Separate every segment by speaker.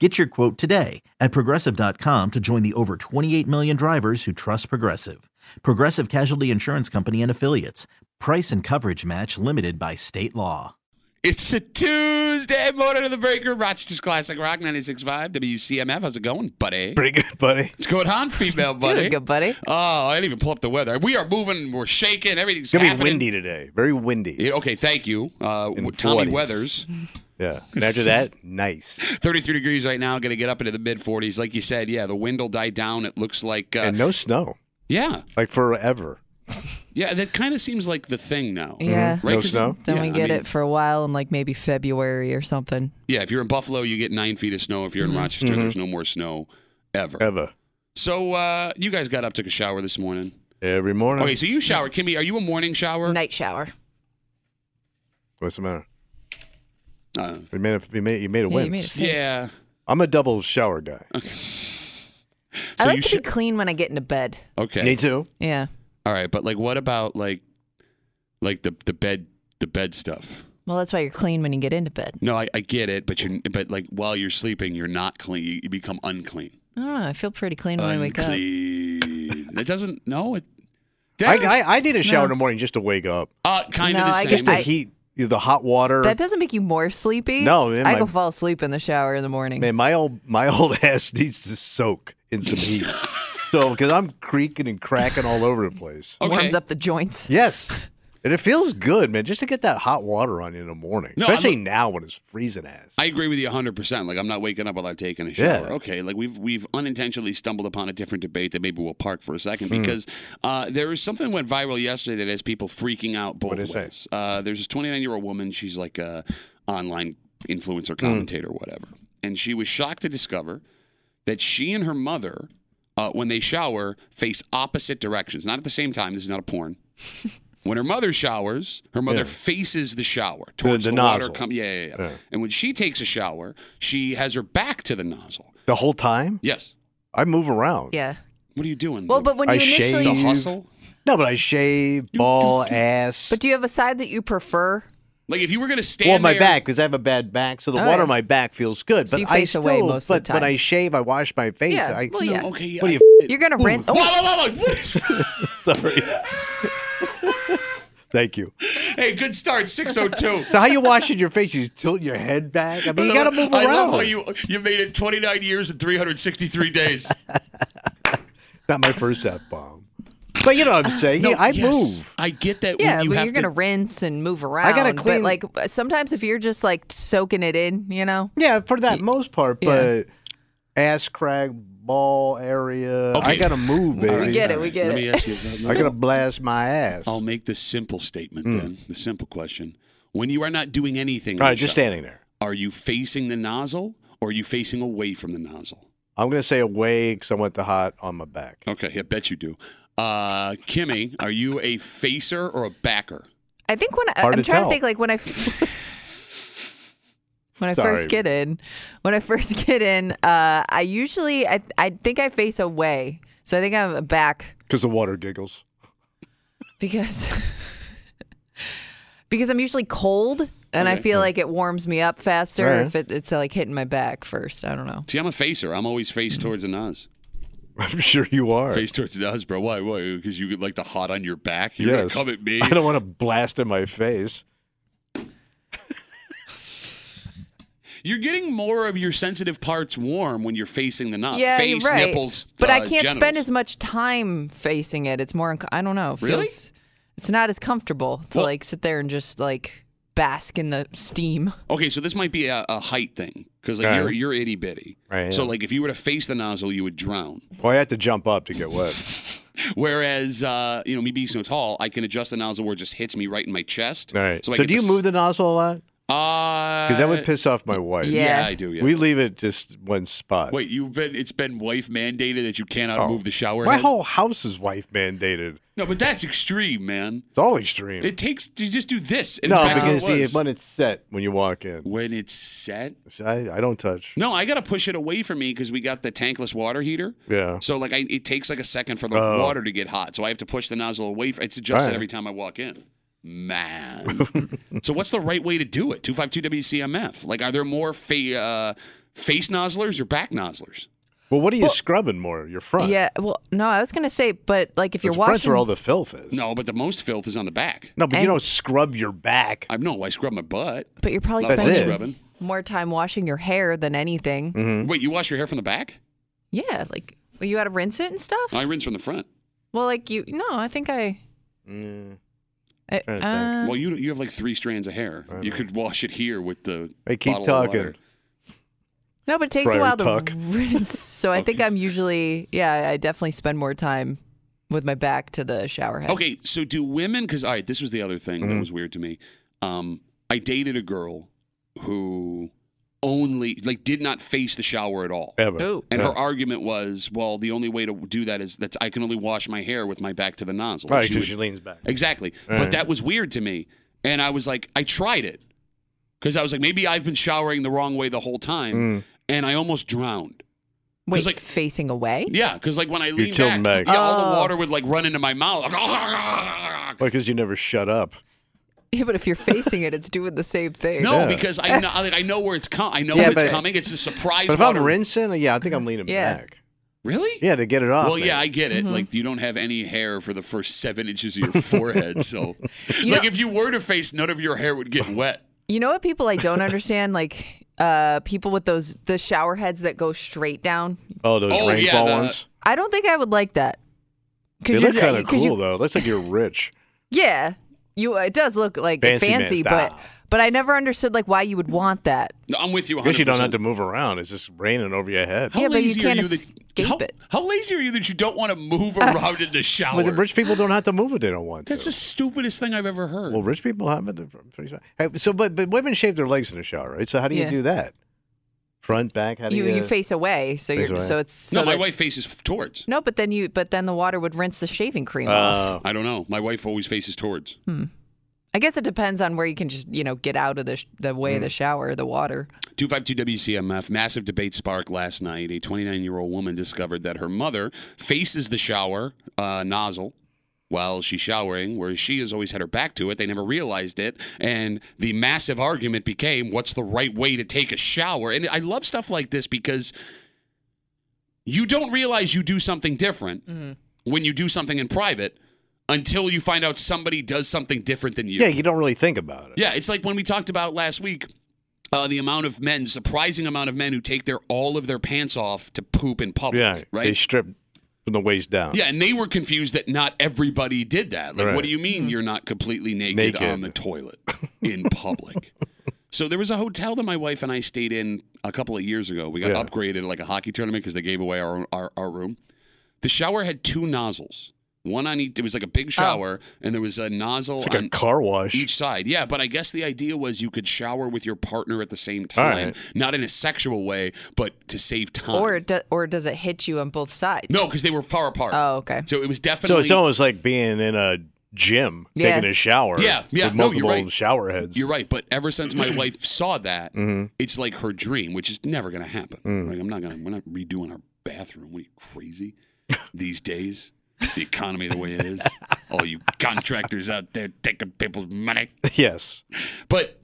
Speaker 1: Get your quote today at progressive.com to join the over 28 million drivers who trust Progressive. Progressive Casualty Insurance Company and Affiliates. Price and coverage match limited by state law.
Speaker 2: It's a Tuesday morning of the breaker, Rochester's Classic Rock 96.5, WCMF. How's it going, buddy?
Speaker 3: Pretty good, buddy.
Speaker 2: What's going on, female buddy?
Speaker 4: Doing good, buddy.
Speaker 2: Oh, I didn't even pull up the weather. We are moving, we're shaking, everything's
Speaker 3: It's gonna
Speaker 2: happening.
Speaker 3: be windy today. Very windy.
Speaker 2: Yeah, okay, thank you. Uh,
Speaker 3: In the
Speaker 2: Tommy
Speaker 3: 40s.
Speaker 2: Weathers,
Speaker 3: Yeah. And after that, nice.
Speaker 2: 33 degrees right now, going to get up into the mid 40s. Like you said, yeah, the wind will die down. It looks like, uh,
Speaker 3: And no snow.
Speaker 2: yeah,
Speaker 3: Like forever.
Speaker 2: yeah, that kind of seems like the thing now.
Speaker 4: Yeah.
Speaker 2: Right,
Speaker 3: Mm-hmm. No
Speaker 2: 'cause-
Speaker 3: snow?
Speaker 4: Then
Speaker 2: yeah,
Speaker 4: we
Speaker 2: I
Speaker 4: get
Speaker 2: mean-
Speaker 4: it for a while in like maybe February or something.
Speaker 2: Yeah, if you're in Buffalo, you get nine feet of snow. If you're
Speaker 4: Mm-hmm.
Speaker 2: in Rochester,
Speaker 3: Mm-hmm.
Speaker 2: there's no more snow ever.
Speaker 3: Ever.
Speaker 2: So uh, you guys got up, took a shower this morning.
Speaker 3: Every morning.
Speaker 2: Okay, so you shower. Kimmy, are you a morning shower?
Speaker 5: Night shower.
Speaker 3: What's the matter?
Speaker 2: Uh,
Speaker 3: We made a, we made, you made a
Speaker 4: Yeah, you
Speaker 3: wince.
Speaker 4: made a-
Speaker 2: yeah.
Speaker 3: I'm a double shower guy.
Speaker 2: So
Speaker 5: I
Speaker 2: you
Speaker 5: like to
Speaker 2: sho-
Speaker 5: be clean when I get into bed.
Speaker 2: Okay.
Speaker 3: Me too.
Speaker 4: Yeah.
Speaker 2: All right, but like, what about like, like the the bed the bed stuff?
Speaker 5: Well, that's why you're clean when you get into bed.
Speaker 2: No, I, I get it, but you're but like while you're sleeping, you're not clean. You, you become unclean.
Speaker 4: I don't know. I feel pretty clean when I wake up.
Speaker 2: Unclean. It doesn't. No. It.
Speaker 3: I,
Speaker 2: That's-
Speaker 3: I, I need a shower in the morning just to wake up.
Speaker 2: uh, kind
Speaker 5: No,
Speaker 2: of the
Speaker 5: I
Speaker 2: same.
Speaker 3: Just the
Speaker 5: I-
Speaker 3: heat, the hot water.
Speaker 4: That doesn't make you more sleepy.
Speaker 3: No, man,
Speaker 4: I
Speaker 3: my-
Speaker 4: go fall asleep in the shower in the morning.
Speaker 3: Man, my old my old ass needs to soak in some heat. so because I'm creaking and cracking all over the place.
Speaker 2: okay.
Speaker 4: Warms up the joints.
Speaker 3: Yes. And it feels good, man, just to get that hot water on you in the morning.
Speaker 2: No, I'm-
Speaker 3: Especially now when it's freezing ass.
Speaker 2: I agree with you 100%. Like, I'm not waking up without taking a shower.
Speaker 3: Yeah.
Speaker 2: Okay. Like, we've we've unintentionally stumbled upon a different debate that maybe we'll park for a second
Speaker 3: Hmm.
Speaker 2: because uh, there was something went viral yesterday that has people freaking out both
Speaker 3: What'd it say?
Speaker 2: ways. Uh, there's this 29 year old woman. She's like a online influencer,
Speaker 3: Hmm.
Speaker 2: commentator, whatever. And she was shocked to discover that she and her mother, uh, when they shower, face opposite directions. Not at the same time. This is not a porn. When her mother showers, her mother
Speaker 3: Yeah.
Speaker 2: faces the shower towards the,
Speaker 3: the
Speaker 2: water.
Speaker 3: nozzle.
Speaker 2: Com- yeah, yeah, yeah,
Speaker 3: Yeah.
Speaker 2: And when she takes a shower, she has her back to the nozzle.
Speaker 3: The whole time?
Speaker 2: Yes.
Speaker 3: I move around.
Speaker 4: Yeah.
Speaker 2: What are you doing?
Speaker 4: Well, but when
Speaker 3: I
Speaker 4: you initially,
Speaker 2: the
Speaker 3: shave.
Speaker 2: hustle.
Speaker 3: No, but I shave, ball, ass.
Speaker 4: but do you have a side that you prefer?
Speaker 2: Like if you were gonna stand
Speaker 3: well, my
Speaker 2: there-
Speaker 3: back because I have a bad back, so the
Speaker 4: Oh,
Speaker 3: water
Speaker 4: yeah.
Speaker 3: on my back feels good.
Speaker 4: So
Speaker 3: but
Speaker 4: you
Speaker 3: I
Speaker 4: face
Speaker 3: still,
Speaker 4: away most
Speaker 3: but
Speaker 4: of the
Speaker 3: when
Speaker 4: time.
Speaker 3: I shave, I wash my face.
Speaker 4: Yeah,
Speaker 3: I,
Speaker 4: well, Oh, yeah.
Speaker 2: Okay. Yeah.
Speaker 3: What are
Speaker 2: I-
Speaker 3: you?
Speaker 4: You're gonna rent.
Speaker 2: Whoa,
Speaker 4: Oh,
Speaker 2: whoa, whoa, whoa, what is-
Speaker 3: Sorry. Thank you.
Speaker 2: hey, good start. Six oh two.
Speaker 3: So how you washing your face? You tilt your head back. I mean, you got to move
Speaker 2: I
Speaker 3: around.
Speaker 2: love how you you made it 29 years and 363 days.
Speaker 3: Not my first f bomb. But you know what I'm saying. Yeah, I
Speaker 2: yes,
Speaker 3: move.
Speaker 2: I get that.
Speaker 4: yeah,
Speaker 2: when you
Speaker 4: but
Speaker 2: have
Speaker 4: you're
Speaker 2: to,
Speaker 4: gonna rinse and move around.
Speaker 3: I gotta clean-
Speaker 4: But like sometimes if you're just like soaking it in, you know.
Speaker 3: Yeah, for that most part.
Speaker 4: yeah.
Speaker 3: But ass crack, ball area.
Speaker 2: Okay.
Speaker 3: I got to move, baby.
Speaker 2: All right,
Speaker 4: get it,
Speaker 2: all
Speaker 4: we
Speaker 2: right.
Speaker 4: get
Speaker 2: Let
Speaker 4: it.
Speaker 2: me ask you. let me-
Speaker 3: I got to blast my ass.
Speaker 2: I'll make the simple statement then. The simple question: When you are not doing anything, in
Speaker 3: All
Speaker 2: the
Speaker 3: right, just
Speaker 2: shower,
Speaker 3: standing there.
Speaker 2: Are you facing the nozzle or are you facing away from the nozzle?
Speaker 3: I'm gonna say away because I want the hot on my back.
Speaker 2: Okay, I bet you do. Uh, Kimmy, are you a facer or a backer?
Speaker 4: I think when I,
Speaker 3: Hard
Speaker 4: I'm
Speaker 3: to
Speaker 4: trying
Speaker 3: tell.
Speaker 4: to think, like when I f- when I
Speaker 3: Sorry.
Speaker 4: first get in, when I first get in, uh, I usually I I think I face away, so I think I'm back
Speaker 3: Because the water giggles.
Speaker 4: because because I'm usually cold and I
Speaker 2: Okay.
Speaker 4: feel like it warms me up faster
Speaker 3: Alright.
Speaker 4: if it, it's like hitting my back first. I don't know.
Speaker 2: See, I'm a facer. I'm always faced towards the nozzle.
Speaker 3: I'm sure you are.
Speaker 2: Face towards the nozzle, bro. Why? Why? Because you get like the hot on your back. You're
Speaker 3: yes.
Speaker 2: gonna come at me.
Speaker 3: I don't want to blast in my face.
Speaker 2: You're getting more of your sensitive parts warm when you're facing the knob.
Speaker 4: yeah,
Speaker 2: Uh, Face,
Speaker 4: you're right.
Speaker 2: nipples,
Speaker 4: but I
Speaker 2: uh,
Speaker 4: can't spend
Speaker 2: genitals.
Speaker 4: as much time facing it. It's more. Inc- I don't know. it
Speaker 2: Really?
Speaker 4: feels- It's not as comfortable to
Speaker 2: Well-
Speaker 4: like sit there and just like bask in the steam.
Speaker 2: Okay, so this might be a, a height thing because like
Speaker 3: Okay.
Speaker 2: you're you're itty bitty.
Speaker 3: Right,
Speaker 2: So
Speaker 3: yeah.
Speaker 2: like if you were to face the nozzle, you would drown.
Speaker 3: Well, I have to jump up to get wet.
Speaker 2: Whereas uh, you know me being so tall, I can adjust the nozzle where it just hits me right in my chest.
Speaker 3: All right.
Speaker 2: So,
Speaker 3: So,
Speaker 2: I get
Speaker 3: do you
Speaker 2: this-
Speaker 3: move the nozzle a lot?
Speaker 2: Uh,
Speaker 3: Because that would piss off my wife.
Speaker 2: Yeah,
Speaker 4: Yeah.
Speaker 2: I do. Yeah.
Speaker 3: We leave it just one spot.
Speaker 2: Wait, you've been it's been wife mandated that you cannot
Speaker 3: Oh.
Speaker 2: move the shower.
Speaker 3: my
Speaker 2: head?
Speaker 3: whole house is wife mandated.
Speaker 2: no, but that's extreme, man.
Speaker 3: It's all extreme.
Speaker 2: It takes you just do this. And
Speaker 3: no,
Speaker 2: it's back
Speaker 3: because
Speaker 2: to what it
Speaker 3: see,
Speaker 2: was.
Speaker 3: when it's set, when you walk in,
Speaker 2: when it's set.
Speaker 3: I, I don't touch.
Speaker 2: No, I gotta push it away from me because we got the tankless water heater.
Speaker 3: Yeah.
Speaker 2: So like, I, it takes like a second for the
Speaker 3: Oh.
Speaker 2: water to get hot. So I have to push the nozzle away. From, it's adjusted
Speaker 3: Alright.
Speaker 2: every time I walk in. Man. so what's the right way to do it? Two five two WCMF. Like, are there more fa- uh, face nozzlers or back nozzlers?
Speaker 3: Well, what are you scrubbing more? Your front.
Speaker 4: Yeah. Well, no, I was gonna say, but like if you're
Speaker 3: Your front's
Speaker 4: watching,
Speaker 3: where all the filth is.
Speaker 2: No, but the most filth is on the back.
Speaker 3: No, but you
Speaker 4: And-
Speaker 3: don't scrub your back.
Speaker 2: I know. I scrub my butt.
Speaker 4: but you're probably
Speaker 3: That's
Speaker 4: spending
Speaker 3: it.
Speaker 2: Scrubbing.
Speaker 4: more time washing your hair than anything.
Speaker 2: Wait, you wash your hair from the back?
Speaker 4: Yeah. Like well, you got to rinse it and stuff.
Speaker 2: I rinse from the front.
Speaker 4: well, like you. No, I think I.
Speaker 3: Mm.
Speaker 4: I
Speaker 3: Trying to
Speaker 4: uh,
Speaker 2: Well, you you have like three strands of hair. You could wash it here with the.
Speaker 3: Hey, keep
Speaker 2: bottle of water.
Speaker 3: talking.
Speaker 4: no, but it takes
Speaker 3: Friar
Speaker 4: a while
Speaker 3: tuck.
Speaker 4: to rinse. So I think I'm usually. Yeah, I definitely spend more time with my back to the shower head.
Speaker 2: Okay, so do women? Because all right, this was the other thing
Speaker 3: Mm-hmm.
Speaker 2: that was weird to me. Um, I dated a girl who only like did not face the shower at all,
Speaker 3: Ever.
Speaker 4: Ooh.
Speaker 2: and
Speaker 3: Yeah.
Speaker 2: her argument was, well, the only way to do that is that I can only wash my hair with my back to the nozzle.
Speaker 3: Right,
Speaker 2: She
Speaker 3: because
Speaker 2: would-
Speaker 3: she leans back.
Speaker 2: exactly,
Speaker 3: All
Speaker 2: but
Speaker 3: right.
Speaker 2: that was weird to me, and I was like, I tried it because I was like, maybe I've been showering the wrong way the wole
Speaker 3: Mm.
Speaker 2: time, and I almost drowned.
Speaker 4: Wait,
Speaker 2: like-
Speaker 4: facing away?
Speaker 2: Yeah, because like when I leaned
Speaker 3: tilting
Speaker 2: back,
Speaker 3: back.
Speaker 2: Yeah, all the
Speaker 4: Oh.
Speaker 2: water would like run into my mouth. Like,
Speaker 3: Well, because you never shut up.
Speaker 4: Yeah, but if you're facing it, it's doing the same thing.
Speaker 2: No,
Speaker 3: Yeah.
Speaker 2: because I know, I know where it's coming. I know
Speaker 3: Yeah,
Speaker 2: where it's
Speaker 3: but-
Speaker 2: coming. It's a surprise.
Speaker 3: But if
Speaker 2: water-
Speaker 3: I'm rinsing, yeah, I think I'm leaning
Speaker 4: Yeah.
Speaker 3: back.
Speaker 2: really?
Speaker 3: Yeah, Oh, Mm-hmm. to get it off.
Speaker 2: Well, yeah, I
Speaker 3: maybe.
Speaker 2: get it. Like you don't have any hair for the first seven inches of your forehead, so
Speaker 4: You
Speaker 2: like
Speaker 4: know-
Speaker 2: if you were to face, none of your hair would get wet.
Speaker 4: You know what people I don't understand? Like uh people with those the shower heads that go straight down.
Speaker 3: Oh, those
Speaker 2: Oh, yeah,
Speaker 3: rainfall
Speaker 2: the-
Speaker 3: ones.
Speaker 4: I don't think I would like that.
Speaker 3: They
Speaker 4: Cause
Speaker 3: look
Speaker 4: you're-
Speaker 3: kind of
Speaker 4: 'cause
Speaker 3: cool
Speaker 4: you-
Speaker 3: though. Looks like you're rich.
Speaker 4: Yeah. You uh, it does look like
Speaker 3: Fancy
Speaker 4: fancy,
Speaker 3: man
Speaker 4: but
Speaker 3: style.
Speaker 4: but I never understood like why you would want that.
Speaker 2: No, I'm with you. 100%.
Speaker 3: Guess you don't have to move around. It's just raining over your head.
Speaker 2: How
Speaker 4: Yeah, but you
Speaker 2: lazy
Speaker 4: can't
Speaker 2: are you that?
Speaker 4: escape
Speaker 2: How,
Speaker 4: it.
Speaker 2: how lazy are you that you don't want to move around in the shower?
Speaker 3: Well, the rich people don't have to move if they don't want
Speaker 2: That's
Speaker 3: to.
Speaker 2: the stupidest thing I've ever heard.
Speaker 3: well, rich people have it. They're pretty smart. Hey, so, but but women shave their legs in the shower, right? So how do you
Speaker 4: Yeah.
Speaker 3: do that? Front, back. How do you? uh,
Speaker 4: You you face away, so
Speaker 3: Face
Speaker 4: you're
Speaker 3: away.
Speaker 4: so it's so
Speaker 2: no, my
Speaker 4: that-
Speaker 2: wife faces towards.
Speaker 4: No, but then you but then the water would rinse the shaving cream off.
Speaker 3: Uh,
Speaker 2: I don't know. My wife always faces towards.
Speaker 4: I guess it depends on where you can just, you know, get out of the sh- the way of
Speaker 3: Mm.
Speaker 4: the shower, the water.
Speaker 2: 252 WCMF, massive debate spark last night. A 29 year old woman discovered that her mother faces the shower uh, nozzle while she's showering, whereas she has always had her back to it. They never realized it. And the massive argument became what's the right way to take a shower? And I love stuff like this because you don't realize you do something different when you do something in private until you find out somebody does something different than you.
Speaker 3: yeah, you don't really think about it.
Speaker 2: Yeah, it's like when we talked about last week. Uh, the amount of men, surprising amount of men who take their all of their pants off to poop in public,
Speaker 3: yeah. They
Speaker 2: right?
Speaker 3: strip from the waist down.
Speaker 2: Yeah, and they were confused that not everybody did that. Like,
Speaker 3: Right.
Speaker 2: what do you mean you're not completely naked,
Speaker 3: Naked.
Speaker 2: on the toilet in public? so there was a hotel that my wife and I stayed in a couple of years ago. We got
Speaker 3: Yeah.
Speaker 2: upgraded at like a hockey tournament because they gave away our, our our room. The shower had two nozzles, one on each. It was like a big shower, and there was a nozzle
Speaker 3: Oh. It's like
Speaker 2: on
Speaker 3: a car wash.
Speaker 2: each side. Yeah, but I guess the idea was you could shower with your partner at the same
Speaker 3: All
Speaker 2: time,
Speaker 3: right.
Speaker 2: not in a sexual way, but to save time.
Speaker 4: Or it do, or does it hit you on both sides?
Speaker 2: no, because they were far apart.
Speaker 4: Oh, okay.
Speaker 2: So it was
Speaker 3: so
Speaker 2: definitely.
Speaker 3: it's almost like being in a gym,
Speaker 4: Yeah.
Speaker 3: taking a shower.
Speaker 2: Yeah, yeah,
Speaker 3: With
Speaker 2: no, you're
Speaker 3: multiple
Speaker 2: right.
Speaker 3: shower heads. Mm-hmm.
Speaker 2: you're right, but ever since my wife saw that, it's like her dream, which is never going to happen.
Speaker 3: Mm.
Speaker 2: Like I'm not going. to We're not redoing our bathroom. What are you crazy? These days, the economy the way it is, all you contractors out there taking people's money.
Speaker 3: yes.
Speaker 2: But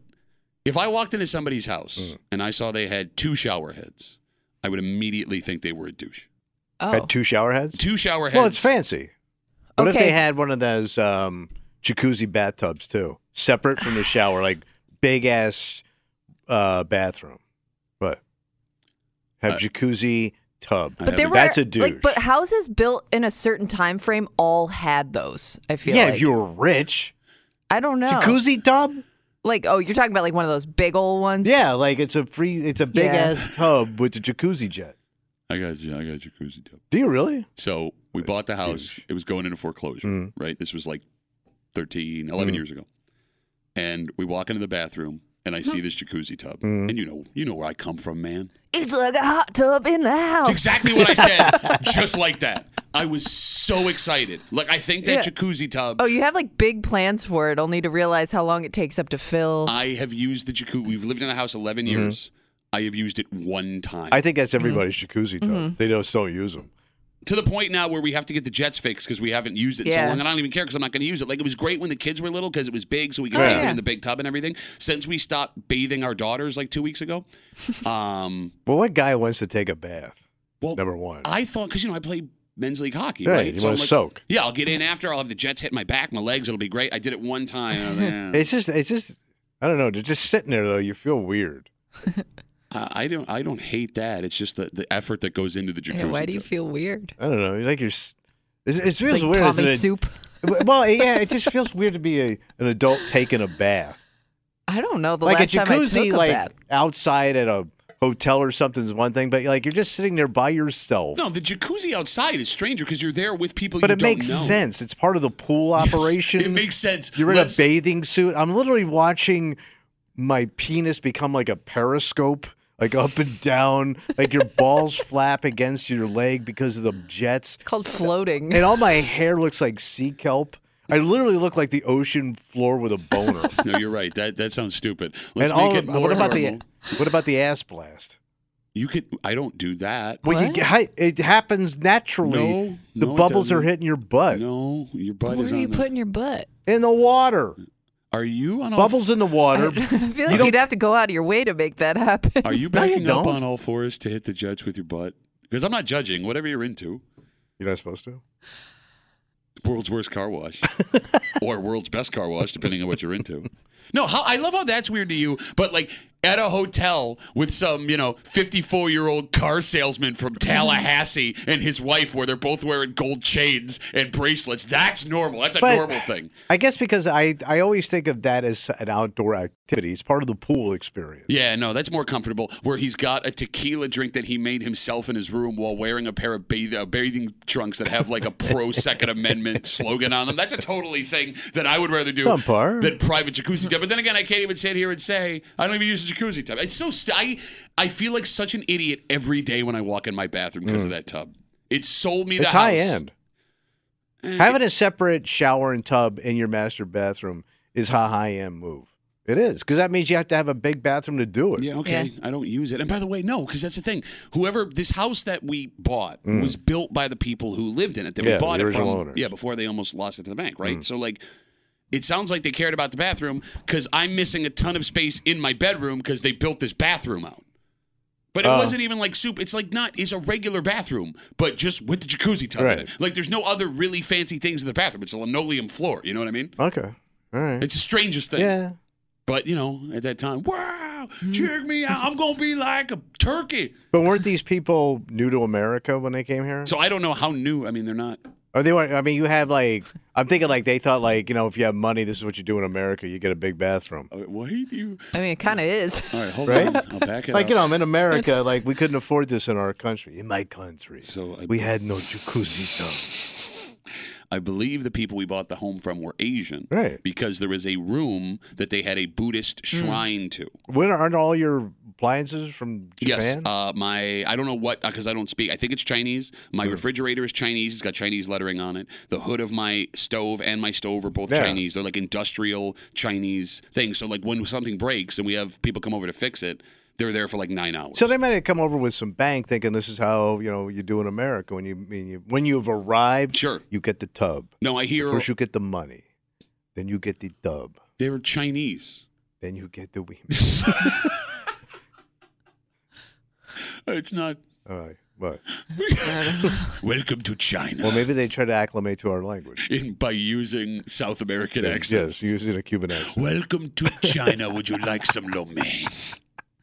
Speaker 2: if I walked into somebody's
Speaker 3: Mm.
Speaker 2: house and I saw they had two shower heads, I would immediately think they were a douche.
Speaker 4: Oh.
Speaker 3: Had two shower heads.
Speaker 2: Two shower heads.
Speaker 3: Well, it's fancy. What if they
Speaker 4: Okay.
Speaker 3: had one of those um, jacuzzi bathtubs too, separate from the shower, like big ass uh, bathroom? What? Have
Speaker 2: Uh,
Speaker 3: jacuzzi tub.
Speaker 2: I
Speaker 4: But there
Speaker 2: mean,
Speaker 4: were
Speaker 3: That's a douche.
Speaker 4: like, but houses built in a certain time frame all had those. I feel
Speaker 3: yeah,
Speaker 4: like
Speaker 3: if you were rich,
Speaker 4: I don't know.
Speaker 3: jacuzzi tub.
Speaker 4: Like oh, you're talking about like one of those big old ones.
Speaker 3: Yeah, like it's a free, it's a big
Speaker 4: Yeah.
Speaker 3: ass tub with a jacuzzi jet.
Speaker 2: I got you. I got your jacuzzi tub.
Speaker 3: Do you really?
Speaker 2: So we bought the house. It was going into foreclosure,
Speaker 3: Mm.
Speaker 2: right? This was like 13, 11
Speaker 3: Mm.
Speaker 2: years ago. And we walk into the bathroom and I see this jacuzzi tub.
Speaker 3: Mm.
Speaker 2: And you know, you know where I come from, man.
Speaker 4: it's like a hot tub in the house.
Speaker 2: It's
Speaker 3: Oh.
Speaker 2: exactly what I said. just like that. I was so excited. Like I think that
Speaker 4: Yeah.
Speaker 2: jacuzzi tub
Speaker 4: Oh, you have like big plans for it, only to realize how long it takes up to fill.
Speaker 2: I have used the jacuzzi. We've lived in the house 11 years. I have used it one time.
Speaker 3: Mm-hmm. I think that's everybody's jacuzzi tub. They just don't use them.
Speaker 2: to the point now where we have to get the jets fixed because we haven't used it in so
Speaker 4: Yeah.
Speaker 2: long. And I don't even care because I'm not going to use it. Like it was great when the kids were little because it was big, so we could
Speaker 4: Oh,
Speaker 2: bathe
Speaker 4: yeah.
Speaker 2: in the big tub and everything. Since we stopped bathing our daughters like two weeks ago, um,
Speaker 3: Well, what guy wants to take a bath?
Speaker 2: well,
Speaker 3: Number one.
Speaker 2: I thought because you know I play men's league hockey,
Speaker 3: Yeah,
Speaker 2: right?
Speaker 3: you
Speaker 2: I'm
Speaker 3: want to
Speaker 2: like,
Speaker 3: soak.
Speaker 2: yeah, I'll get in after. I'll have the jets hit my back, my legs. It'll be great. I did it one time. and I was
Speaker 4: Mm.
Speaker 2: like, eh.
Speaker 3: It's just, it's just, I don't know. Just sitting there though, you feel weird.
Speaker 2: I, I don't. I don't hate that. It's just the, the effort that goes into the jacuzzi.
Speaker 5: Hey, why do you
Speaker 2: tub.
Speaker 5: feel weird?
Speaker 3: I don't know. Like you're, s- it's, it feels
Speaker 5: It's like
Speaker 3: weird. isn't
Speaker 5: Tommy
Speaker 3: it?
Speaker 5: soup.
Speaker 3: well, yeah, it just feels weird to be a, an adult taking a bath.
Speaker 4: I don't know. The
Speaker 3: like
Speaker 4: last
Speaker 3: a
Speaker 4: time I
Speaker 3: jacuzzi,
Speaker 4: took a
Speaker 3: like
Speaker 4: bath.
Speaker 3: outside at a hotel or something is one thing, but like you're just sitting there by yourself.
Speaker 2: No, the jacuzzi outside is stranger because you're there with people.
Speaker 3: but
Speaker 2: you
Speaker 3: it
Speaker 2: don't
Speaker 3: makes
Speaker 2: know.
Speaker 3: sense. It's part of the pool
Speaker 2: Yes,
Speaker 3: operation.
Speaker 2: it makes sense.
Speaker 3: You're in
Speaker 2: Let's-
Speaker 3: a bathing suit. I'm literally watching my penis become like a periscope, like up and down, like your balls flap against your leg because of the jets.
Speaker 4: It's called floating.
Speaker 3: And all my hair looks like sea kelp. I literally look like the ocean floor with a boner.
Speaker 2: No, you're right. That that sounds stupid. Let's
Speaker 3: and all
Speaker 2: make it
Speaker 3: of-
Speaker 2: more
Speaker 3: what about
Speaker 2: normal.
Speaker 3: the what about the ass blast?
Speaker 2: You could. I don't do that.
Speaker 3: Well, you
Speaker 5: What?
Speaker 3: get- hi- it happens naturally.
Speaker 2: No,
Speaker 3: the
Speaker 2: no, it
Speaker 3: bubbles are
Speaker 2: doesn't.
Speaker 3: hitting your butt
Speaker 2: No, your butt
Speaker 5: What
Speaker 2: is
Speaker 5: are
Speaker 2: on.
Speaker 5: you
Speaker 2: the-
Speaker 5: putting your butt?
Speaker 3: in the water.
Speaker 2: are you on all
Speaker 3: Bubbles in the water.
Speaker 4: I feel like you'd have to go out of your way to make that happen.
Speaker 2: Are you
Speaker 3: No, you
Speaker 2: backing up
Speaker 3: don't.
Speaker 2: on all fours to hit the judge with your butt? Because I'm not judging. Whatever you're into,
Speaker 3: You're not supposed to.
Speaker 2: world's worst car wash, or world's best car wash, depending on what you're into. No, how, I love how that's weird to you, but like at a hotel with some, you know, 54 year old car salesman from Tallahassee and his wife, where they're both wearing gold chains and bracelets. That's normal. That's a
Speaker 3: But-
Speaker 2: normal thing.
Speaker 3: I guess because I I always think of that as an outdoor activity. It's part of the pool experience.
Speaker 2: Yeah, no, that's more comfortable. Where he's got a tequila drink that he made himself in his room while wearing a pair of bath- uh, bathing trunks that have like a pro Second Amendment slogan on them. That's a totally thing that I would rather do
Speaker 3: It's on par.
Speaker 2: than private jacuzzi tub. But then again, I can't even sit here and say I don't even use a jacuzzi tub. It's so st- I I feel like such an idiot every day when I walk in my bathroom because of that tub. It sold me the
Speaker 3: Mm. it's high
Speaker 2: house.
Speaker 3: end. Having a separate shower and tub in your master bathroom is how high end move. It is because that means you have to have a big bathroom to do it.
Speaker 2: Yeah, okay. I don't use it. And by the way, no, because that's the thing. Whoever this house that we bought was built by the people who lived in it. That
Speaker 3: Mm. Yeah,
Speaker 2: we
Speaker 3: the
Speaker 2: bought it from.
Speaker 3: original owners. Mm.
Speaker 2: Yeah, before they almost lost it to the bank, right? So like, it sounds like they cared about the bathroom because I'm missing a ton of space in my bedroom because they built this bathroom out. But it
Speaker 3: Oh.
Speaker 2: wasn't even like soup. It's like not. It's a regular bathroom, but just with the jacuzzi tub in it.
Speaker 3: Right.
Speaker 2: Like there's no other really fancy things in the bathroom. It's a linoleum floor. You know what I mean?
Speaker 3: Okay. All right.
Speaker 2: It's the strangest thing.
Speaker 3: yeah.
Speaker 2: But you know, at that time, wow,
Speaker 3: Mm.
Speaker 2: check me out. I'm gonna be like a turkey.
Speaker 3: But weren't these people new to America when they came here?
Speaker 2: So I don't know how new. I mean, they're not.
Speaker 3: Or they were I mean, you had like I'm thinking like they thought like you know if you have money, this is what you do in America. You get a big bathroom.
Speaker 2: Oh, Wait, you.
Speaker 4: I mean, it kind of is.
Speaker 2: All right, hold
Speaker 3: Right?
Speaker 2: on. I'll back it
Speaker 3: Like
Speaker 2: up.
Speaker 3: you know, I'm in America. Like we couldn't afford this in our country. In my country,
Speaker 2: So I-
Speaker 3: we had no jacuzzi.
Speaker 2: I believe the people we bought the home from were Asian,
Speaker 3: Right. Mm.
Speaker 2: Because there was a room that they had a Buddhist shrine to.
Speaker 3: Though. When aren't all your appliances from Japan?
Speaker 2: Yes, uh, my I don't know what because I don't speak. I think it's Chinese. My refrigerator is Chinese. It's got Chinese lettering on it. The hood of my stove and my stove are both
Speaker 3: Yeah.
Speaker 2: Chinese. They're like industrial Chinese things. So like when something breaks and we have people come over to fix it, they're there for like nine hours.
Speaker 3: so they might have come over with some bank, thinking this is how you know you do in America. When you mean you, when you've arrived,
Speaker 2: Sure.
Speaker 3: you get the tub.
Speaker 2: no, I hear
Speaker 3: First, you get the money, then you get the tub,
Speaker 2: they're Chinese.
Speaker 3: then you get the women.
Speaker 2: Uh, It's not.
Speaker 3: all right, what?
Speaker 2: Welcome to China.
Speaker 3: Well, maybe they try to acclimate to our language.
Speaker 2: in, by using South American
Speaker 3: Yes,
Speaker 2: accents.
Speaker 3: Yes, using a Cuban accent.
Speaker 2: Welcome to China. Would you like some lo mein?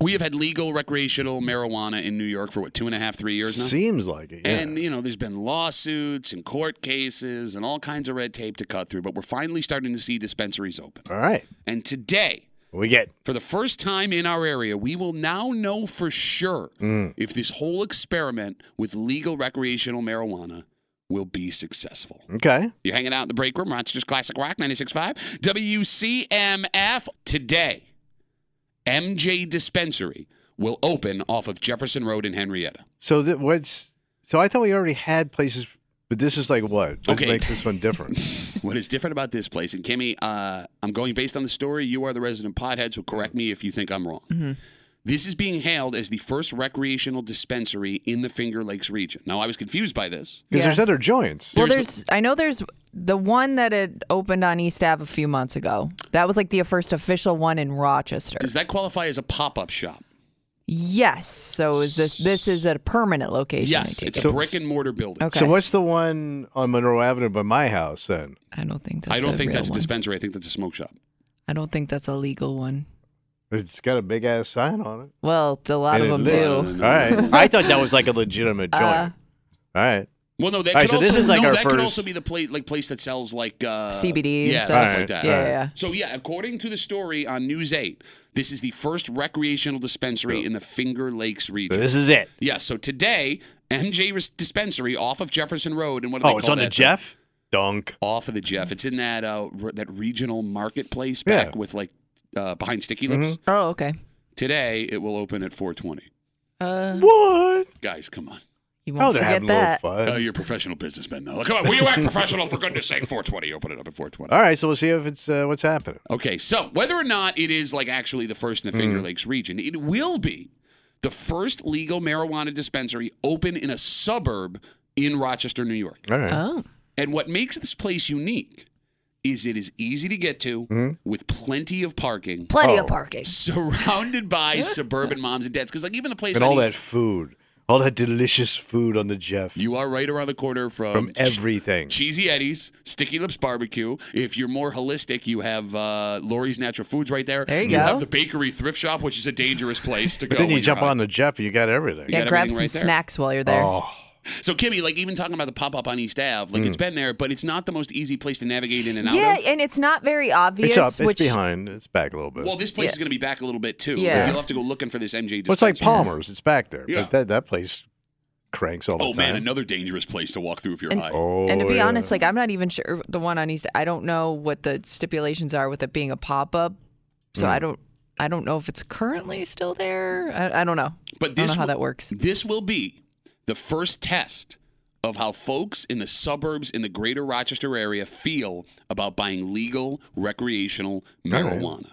Speaker 2: We have had legal recreational marijuana in New York for what two and a half, three years now.
Speaker 3: Seems like it. Yeah.
Speaker 2: And you know, there's been lawsuits and court cases and all kinds of red tape to cut through, but we're finally starting to see dispensaries open.
Speaker 3: All right.
Speaker 2: And today,
Speaker 3: We get
Speaker 2: for the first time in our area, we will now know for sure if this whole experiment with legal recreational marijuana will be successful.
Speaker 3: okay.
Speaker 2: You're hanging out in the break room, Rochester's Classic Rock 96.5, WCMF. Today, MJ Dispensary will open off of Jefferson Road in Henrietta.
Speaker 3: So that what's so I thought we already had places, but this is like what? What
Speaker 2: Okay.
Speaker 3: makes this one different?
Speaker 2: What is different about this place, and Kimmy, uh, I'm going based on the story. You are the resident pothead, so correct me if you think I'm wrong.
Speaker 4: Mm-hmm.
Speaker 2: This is being hailed as the first recreational dispensary in the Finger Lakes region. Now, I was confused by this.
Speaker 3: Because
Speaker 4: Yeah.
Speaker 3: there's other joints.
Speaker 4: Well,
Speaker 2: There's
Speaker 4: there's. I know there's the one that had opened on East Ave a few months ago. That was like the first official one in Rochester.
Speaker 2: Does that qualify as a pop up shop?
Speaker 4: Yes. So is this this is a permanent location?
Speaker 2: Yes,
Speaker 4: I, take
Speaker 2: it's
Speaker 4: it.
Speaker 2: a brick and mortar building.
Speaker 4: okay.
Speaker 3: So what's the one on Monroe Avenue by my house then?
Speaker 4: I don't think that's.
Speaker 2: I don't think
Speaker 4: real
Speaker 2: that's a
Speaker 4: one.
Speaker 2: dispensary. I think that's a smoke shop.
Speaker 4: I don't think that's a legal one.
Speaker 3: It's got a big ass sign on it.
Speaker 4: Well, it's a lot
Speaker 3: And
Speaker 4: of
Speaker 3: it
Speaker 4: them
Speaker 3: lit.
Speaker 4: do.
Speaker 3: All right. I thought that was like a legitimate joint.
Speaker 4: Uh,
Speaker 3: All right.
Speaker 2: Well, no, that
Speaker 3: All right,
Speaker 2: could
Speaker 3: so
Speaker 2: also
Speaker 3: this is like
Speaker 2: no,
Speaker 3: our
Speaker 2: that could
Speaker 3: first-
Speaker 2: also be the place like place that sells like uh,
Speaker 4: CBD and
Speaker 2: yeah,
Speaker 4: stuff.
Speaker 2: like that.
Speaker 4: Yeah, yeah,
Speaker 3: Alright.
Speaker 4: yeah.
Speaker 2: So yeah, according to the story on News Eight, this is the first recreational dispensary in the Finger Lakes region.
Speaker 3: So this is it.
Speaker 2: Yeah, so today, MJ Res- Dispensary off of Jefferson Road, and what do they
Speaker 3: Oh, it's
Speaker 2: call
Speaker 3: on the
Speaker 2: that?
Speaker 3: Jeff? Dunk.
Speaker 2: Off of the Jeff. It's in that uh, re- that regional marketplace
Speaker 3: Yeah. Mm-hmm.
Speaker 2: back with like uh, behind Sticky Lips.
Speaker 4: Oh, okay.
Speaker 2: Today, it will open at 420.
Speaker 4: Uh,
Speaker 3: What?
Speaker 2: Guys, come on.
Speaker 4: you
Speaker 3: Oh,
Speaker 4: won't
Speaker 3: they're
Speaker 4: forget
Speaker 3: having
Speaker 4: that.
Speaker 3: a
Speaker 4: Oh,
Speaker 3: little
Speaker 2: Uh,
Speaker 3: fun.
Speaker 2: you're a professional businessmen now. Come on, will you act professional for goodness sake? 420, open it up at 420.
Speaker 3: All right, so we'll see if it's uh, what's happening.
Speaker 2: Okay, so whether or not it is like actually the first in the
Speaker 3: Mm.
Speaker 2: Finger Lakes region, it will be the first legal marijuana dispensary open in a suburb in Rochester, New York.
Speaker 3: All right.
Speaker 4: Oh,
Speaker 2: And what makes this place unique is it is easy to get to
Speaker 3: Mm-hmm.
Speaker 2: with plenty of parking,
Speaker 5: Plenty
Speaker 3: Oh.
Speaker 5: of parking.
Speaker 2: surrounded by suburban moms and dads. Because like even the place
Speaker 3: and
Speaker 2: on
Speaker 3: all
Speaker 2: East-
Speaker 3: that food. All that delicious food on the Jeff.
Speaker 2: you are right around the corner from
Speaker 3: from everything.
Speaker 2: Cheesy Eddie's, Sticky Lips Barbecue. If you're more holistic, you have uh, Lori's Natural Foods right there.
Speaker 4: There you go.
Speaker 2: have the bakery thrift shop, which is a dangerous place to go.
Speaker 3: But then you
Speaker 2: when
Speaker 3: jump
Speaker 2: you're out.
Speaker 3: on the Jeff and you got everything.
Speaker 2: You
Speaker 4: yeah.
Speaker 2: got
Speaker 4: Grab
Speaker 2: everything
Speaker 4: some
Speaker 2: right there.
Speaker 4: snacks while you're there.
Speaker 3: Oh,
Speaker 2: So Kimmy, like even talking about the pop up on East Ave, like it's been there, but it's not the most easy place to navigate in and out
Speaker 4: yeah,
Speaker 2: of.
Speaker 4: and it's not very obvious.
Speaker 3: it's up. It's
Speaker 4: which,
Speaker 3: behind. It's back a little bit.
Speaker 2: Well,
Speaker 3: Well,
Speaker 2: this place
Speaker 4: Yeah.
Speaker 2: is going to be back a little bit too.
Speaker 4: Yeah.
Speaker 2: Like, you'll have to go looking for this MJ.
Speaker 3: it's like
Speaker 2: dispensary.
Speaker 3: Palmer's. It's back there.
Speaker 2: Yeah.
Speaker 3: But that, that place cranks all the
Speaker 2: Oh
Speaker 3: time.
Speaker 2: man, another dangerous place to walk through if you're
Speaker 4: And-
Speaker 2: high.
Speaker 3: Oh,
Speaker 4: and to be
Speaker 3: yeah.
Speaker 4: honest, like I'm not even sure the one on East. I don't know what the stipulations are with it being a pop up,
Speaker 2: Hmm.
Speaker 4: so I don't. I don't know if it's currently still there. I, I don't know.
Speaker 2: But
Speaker 4: I don't
Speaker 2: this
Speaker 4: know how
Speaker 2: will-
Speaker 4: that works.
Speaker 2: This will be the first test of how folks in the suburbs in the greater Rochester area feel about buying legal recreational marijuana.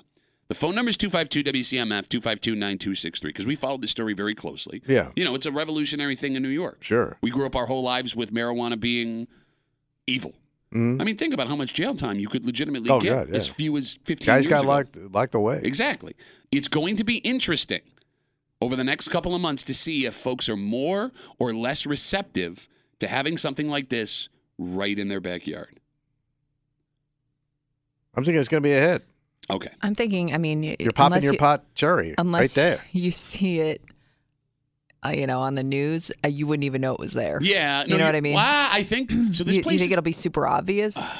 Speaker 2: The phone number is 252 WCMF 252 9263 because we followed this story very closely.
Speaker 3: Yeah.
Speaker 2: You know, it's a revolutionary thing in New York.
Speaker 3: Sure.
Speaker 2: We grew up our whole lives with marijuana being evil.
Speaker 3: Mm-hmm.
Speaker 2: I mean, think about how much jail time you could legitimately
Speaker 3: Oh,
Speaker 2: get
Speaker 3: God, yeah.
Speaker 2: as few as 15
Speaker 3: Guys
Speaker 2: years
Speaker 3: got
Speaker 2: ago.
Speaker 3: locked locked away.
Speaker 2: Exactly. It's going to be interesting over the next couple of months to see if folks are more or less receptive to having something like this right in their backyard.
Speaker 3: I'm thinking it's gonna be a hit.
Speaker 2: Okay.
Speaker 4: I'm thinking. I mean, y-
Speaker 3: You're popping
Speaker 4: unless
Speaker 3: your
Speaker 4: you-
Speaker 3: pot cherry right
Speaker 4: unless
Speaker 3: there.
Speaker 4: you see it, uh, you know, on the news, uh, you wouldn't even know it was there.
Speaker 2: Yeah.
Speaker 4: you know what I mean.
Speaker 2: Wow, I think so. This
Speaker 4: you,
Speaker 2: place.
Speaker 4: you
Speaker 2: is-
Speaker 4: think it'll be super obvious?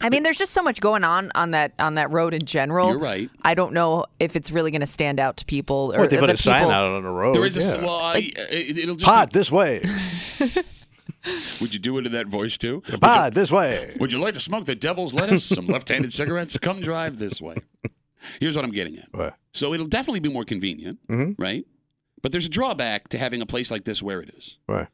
Speaker 4: I mean, there's just so much going on on that on that road in general.
Speaker 2: You're right.
Speaker 4: I don't know if it's really going to stand out to people or
Speaker 3: What, they
Speaker 4: the
Speaker 3: put a
Speaker 4: people.
Speaker 3: sign out on the road.
Speaker 2: there is a s-
Speaker 3: yeah.
Speaker 2: well. Uh, it- it'll just.
Speaker 3: pot this way.
Speaker 2: Be, would you do it in that voice too? Would you-
Speaker 3: Pod this way.
Speaker 2: Would you like to smoke the devil's lettuce? Some left-handed cigarettes? Come drive this way. Here's what I'm getting at.
Speaker 3: What?
Speaker 2: So it'll definitely be more convenient,
Speaker 4: Mm-hmm.
Speaker 2: right? But there's a drawback to having a place like this where it is.
Speaker 3: What?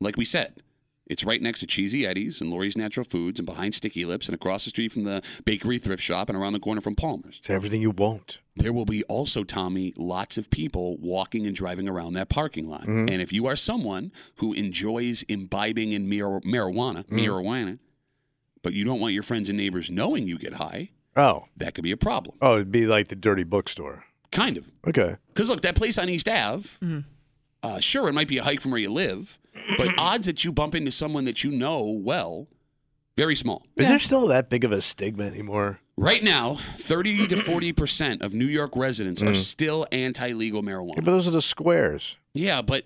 Speaker 2: Like we said, it's right next to Cheesy Eddie's and Lori's Natural Foods and behind Sticky Lips and across the street from the bakery thrift shop and around the corner from Palmer's.
Speaker 3: It's everything you won't.
Speaker 2: There will be also, Tommy, lots of people walking and driving around that parking lot. And if you are someone who enjoys imbibing in mar- marijuana, marijuana, but you don't want your friends and neighbors knowing you get high,
Speaker 3: Oh.
Speaker 2: that could be a problem.
Speaker 3: Oh, it'd be like the dirty bookstore.
Speaker 2: Kind of.
Speaker 3: Okay.
Speaker 2: Because look, that place on East Ave, uh, sure, it might be a hike from where you live, but odds that you bump into someone that you know well, very small.
Speaker 3: Is there still that big of a stigma anymore?
Speaker 2: Right now, 30 to 40% of New York residents are still anti legal marijuana.
Speaker 3: Yeah, Mm. but those are the squares.
Speaker 2: Yeah, but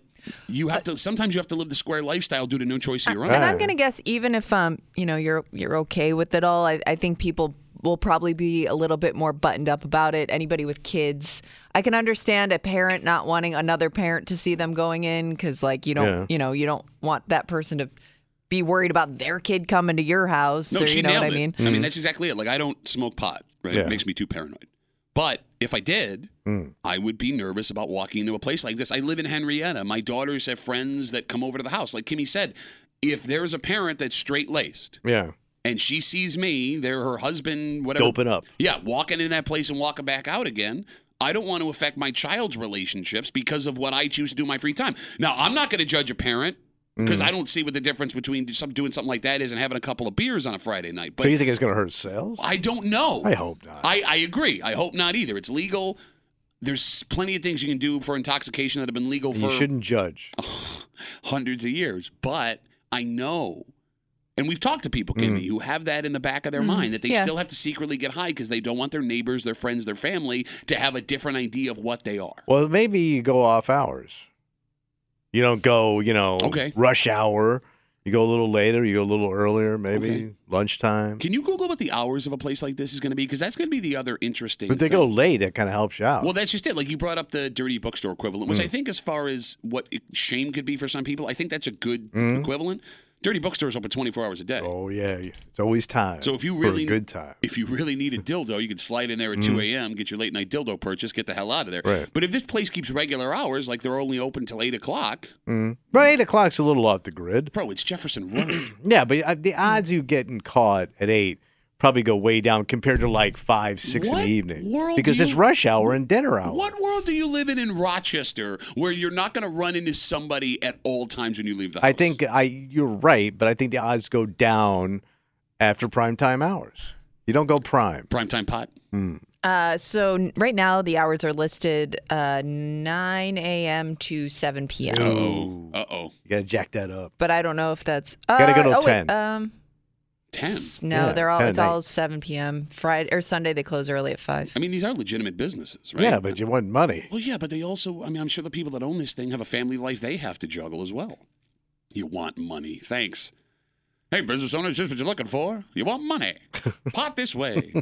Speaker 2: you have to. Sometimes you have to live the square lifestyle due to no choice of your own.
Speaker 4: And I'm gonna guess even if um you know you're you're okay with it all, I, I think people will probably be a little bit more buttoned up about it. Anybody with kids, I can understand a parent not wanting another parent to see them going in because like you don't
Speaker 3: Yeah.
Speaker 4: you know you don't want that person to be worried about their kid coming to your house.
Speaker 2: no,
Speaker 4: or,
Speaker 2: she
Speaker 4: you know
Speaker 2: nailed
Speaker 4: what I
Speaker 2: it.
Speaker 4: mean?
Speaker 2: I mean, that's exactly it. Like I don't smoke pot. Right,
Speaker 3: Mm. Yeah.
Speaker 2: it makes me too paranoid. But if I did,
Speaker 3: Mm,
Speaker 2: I would be nervous about walking into a place like this. I live in Henrietta. My daughters have friends that come over to the house. Like Kimmy said, if there is a parent that's straight laced
Speaker 3: Yeah.
Speaker 2: and she sees me, there her husband, whatever,
Speaker 3: Open up.
Speaker 2: Yeah, walking in that place and walking back out again. I don't want to affect my child's relationships because of what I choose to do in my free time. Now, I'm not going to judge a parent because
Speaker 3: Mm.
Speaker 2: I don't see what the difference between some, doing something like that is and having a couple of beers on a Friday night. But
Speaker 3: so you think it's going to hurt sales?
Speaker 2: I don't know.
Speaker 3: I hope not.
Speaker 2: I, I agree. I hope not either. It's legal. There's plenty of things you can do for intoxication that have been legal
Speaker 3: And
Speaker 2: for
Speaker 3: you shouldn't judge.
Speaker 2: Uh-huh. hundreds of years. But I know, and we've talked to people, Kimmy,
Speaker 3: Mm.
Speaker 2: who have that in the back of their mind that they
Speaker 4: yeah.
Speaker 2: still have to secretly get high because they don't want their neighbors, their friends, their family to have a different idea of what they are.
Speaker 3: Well, maybe you go off hours. You don't go, you know,
Speaker 2: Okay.
Speaker 3: rush hour. You go a little later. You go a little earlier, maybe
Speaker 2: Okay.
Speaker 3: lunchtime.
Speaker 2: Can you Google what the hours of a place like this is going to be? Because that's going to be the other interesting.
Speaker 3: But they
Speaker 2: thing.
Speaker 3: go late. That kind of helps you out.
Speaker 2: Well, that's just it. Like you brought up the dirty bookstore equivalent,
Speaker 3: Mm.
Speaker 2: which I think, as far as what it- shame could be for some people, I think that's a good equivalent. Dirty bookstores open 24 hours a day.
Speaker 3: Mm-hmm. oh yeah, it's always time.
Speaker 2: So if you
Speaker 3: for
Speaker 2: really-
Speaker 3: a good time,
Speaker 2: If you really need a dildo, you can slide in there at 2 a.m., get your late night dildo purchase, get the hell out of there.
Speaker 3: Mm. Right.
Speaker 2: But if this place keeps regular hours, like they're only open till 8 o'clock,
Speaker 3: Mm. but eight o'clock's a little off the grid.
Speaker 2: bro, it's Jefferson Road.
Speaker 3: Yeah, but uh,
Speaker 2: Hmm.
Speaker 3: the odds you getting caught at eight probably go way down compared to like five, six
Speaker 2: What
Speaker 3: in the evening
Speaker 2: world
Speaker 3: because
Speaker 2: do
Speaker 3: it's
Speaker 2: you-
Speaker 3: rush hour and dinner hour.
Speaker 2: what world do you live in in Rochester where you're not going to run into somebody at all times when you leave the house?
Speaker 3: I think I you're right, but I think the odds go down after prime time hours. You don't go prime.
Speaker 2: Primetime pot.
Speaker 4: Uh, so n- right now the hours are listed uh, 9 a.m. to 7 p.m.
Speaker 2: Uh oh. Uh oh.
Speaker 3: You gotta jack that up.
Speaker 4: But I don't know if that's uh,
Speaker 3: Gotta go till
Speaker 4: oh, wait,
Speaker 3: 10.
Speaker 4: um,
Speaker 2: 10.
Speaker 4: s- no,
Speaker 3: Yeah,
Speaker 4: they're all
Speaker 3: 10
Speaker 4: it's
Speaker 3: at
Speaker 4: all
Speaker 3: night.
Speaker 4: 7 p.m. Friday or Sunday. They close early at five.
Speaker 2: I mean, these are legitimate businesses, right?
Speaker 3: Yeah, but you want money.
Speaker 2: Well, yeah, but they also, I mean, I'm sure the people that own this thing have a family life they have to juggle as well. You want money. Thanks. Hey, business owners, just what you're looking for. You want money. Pot this way.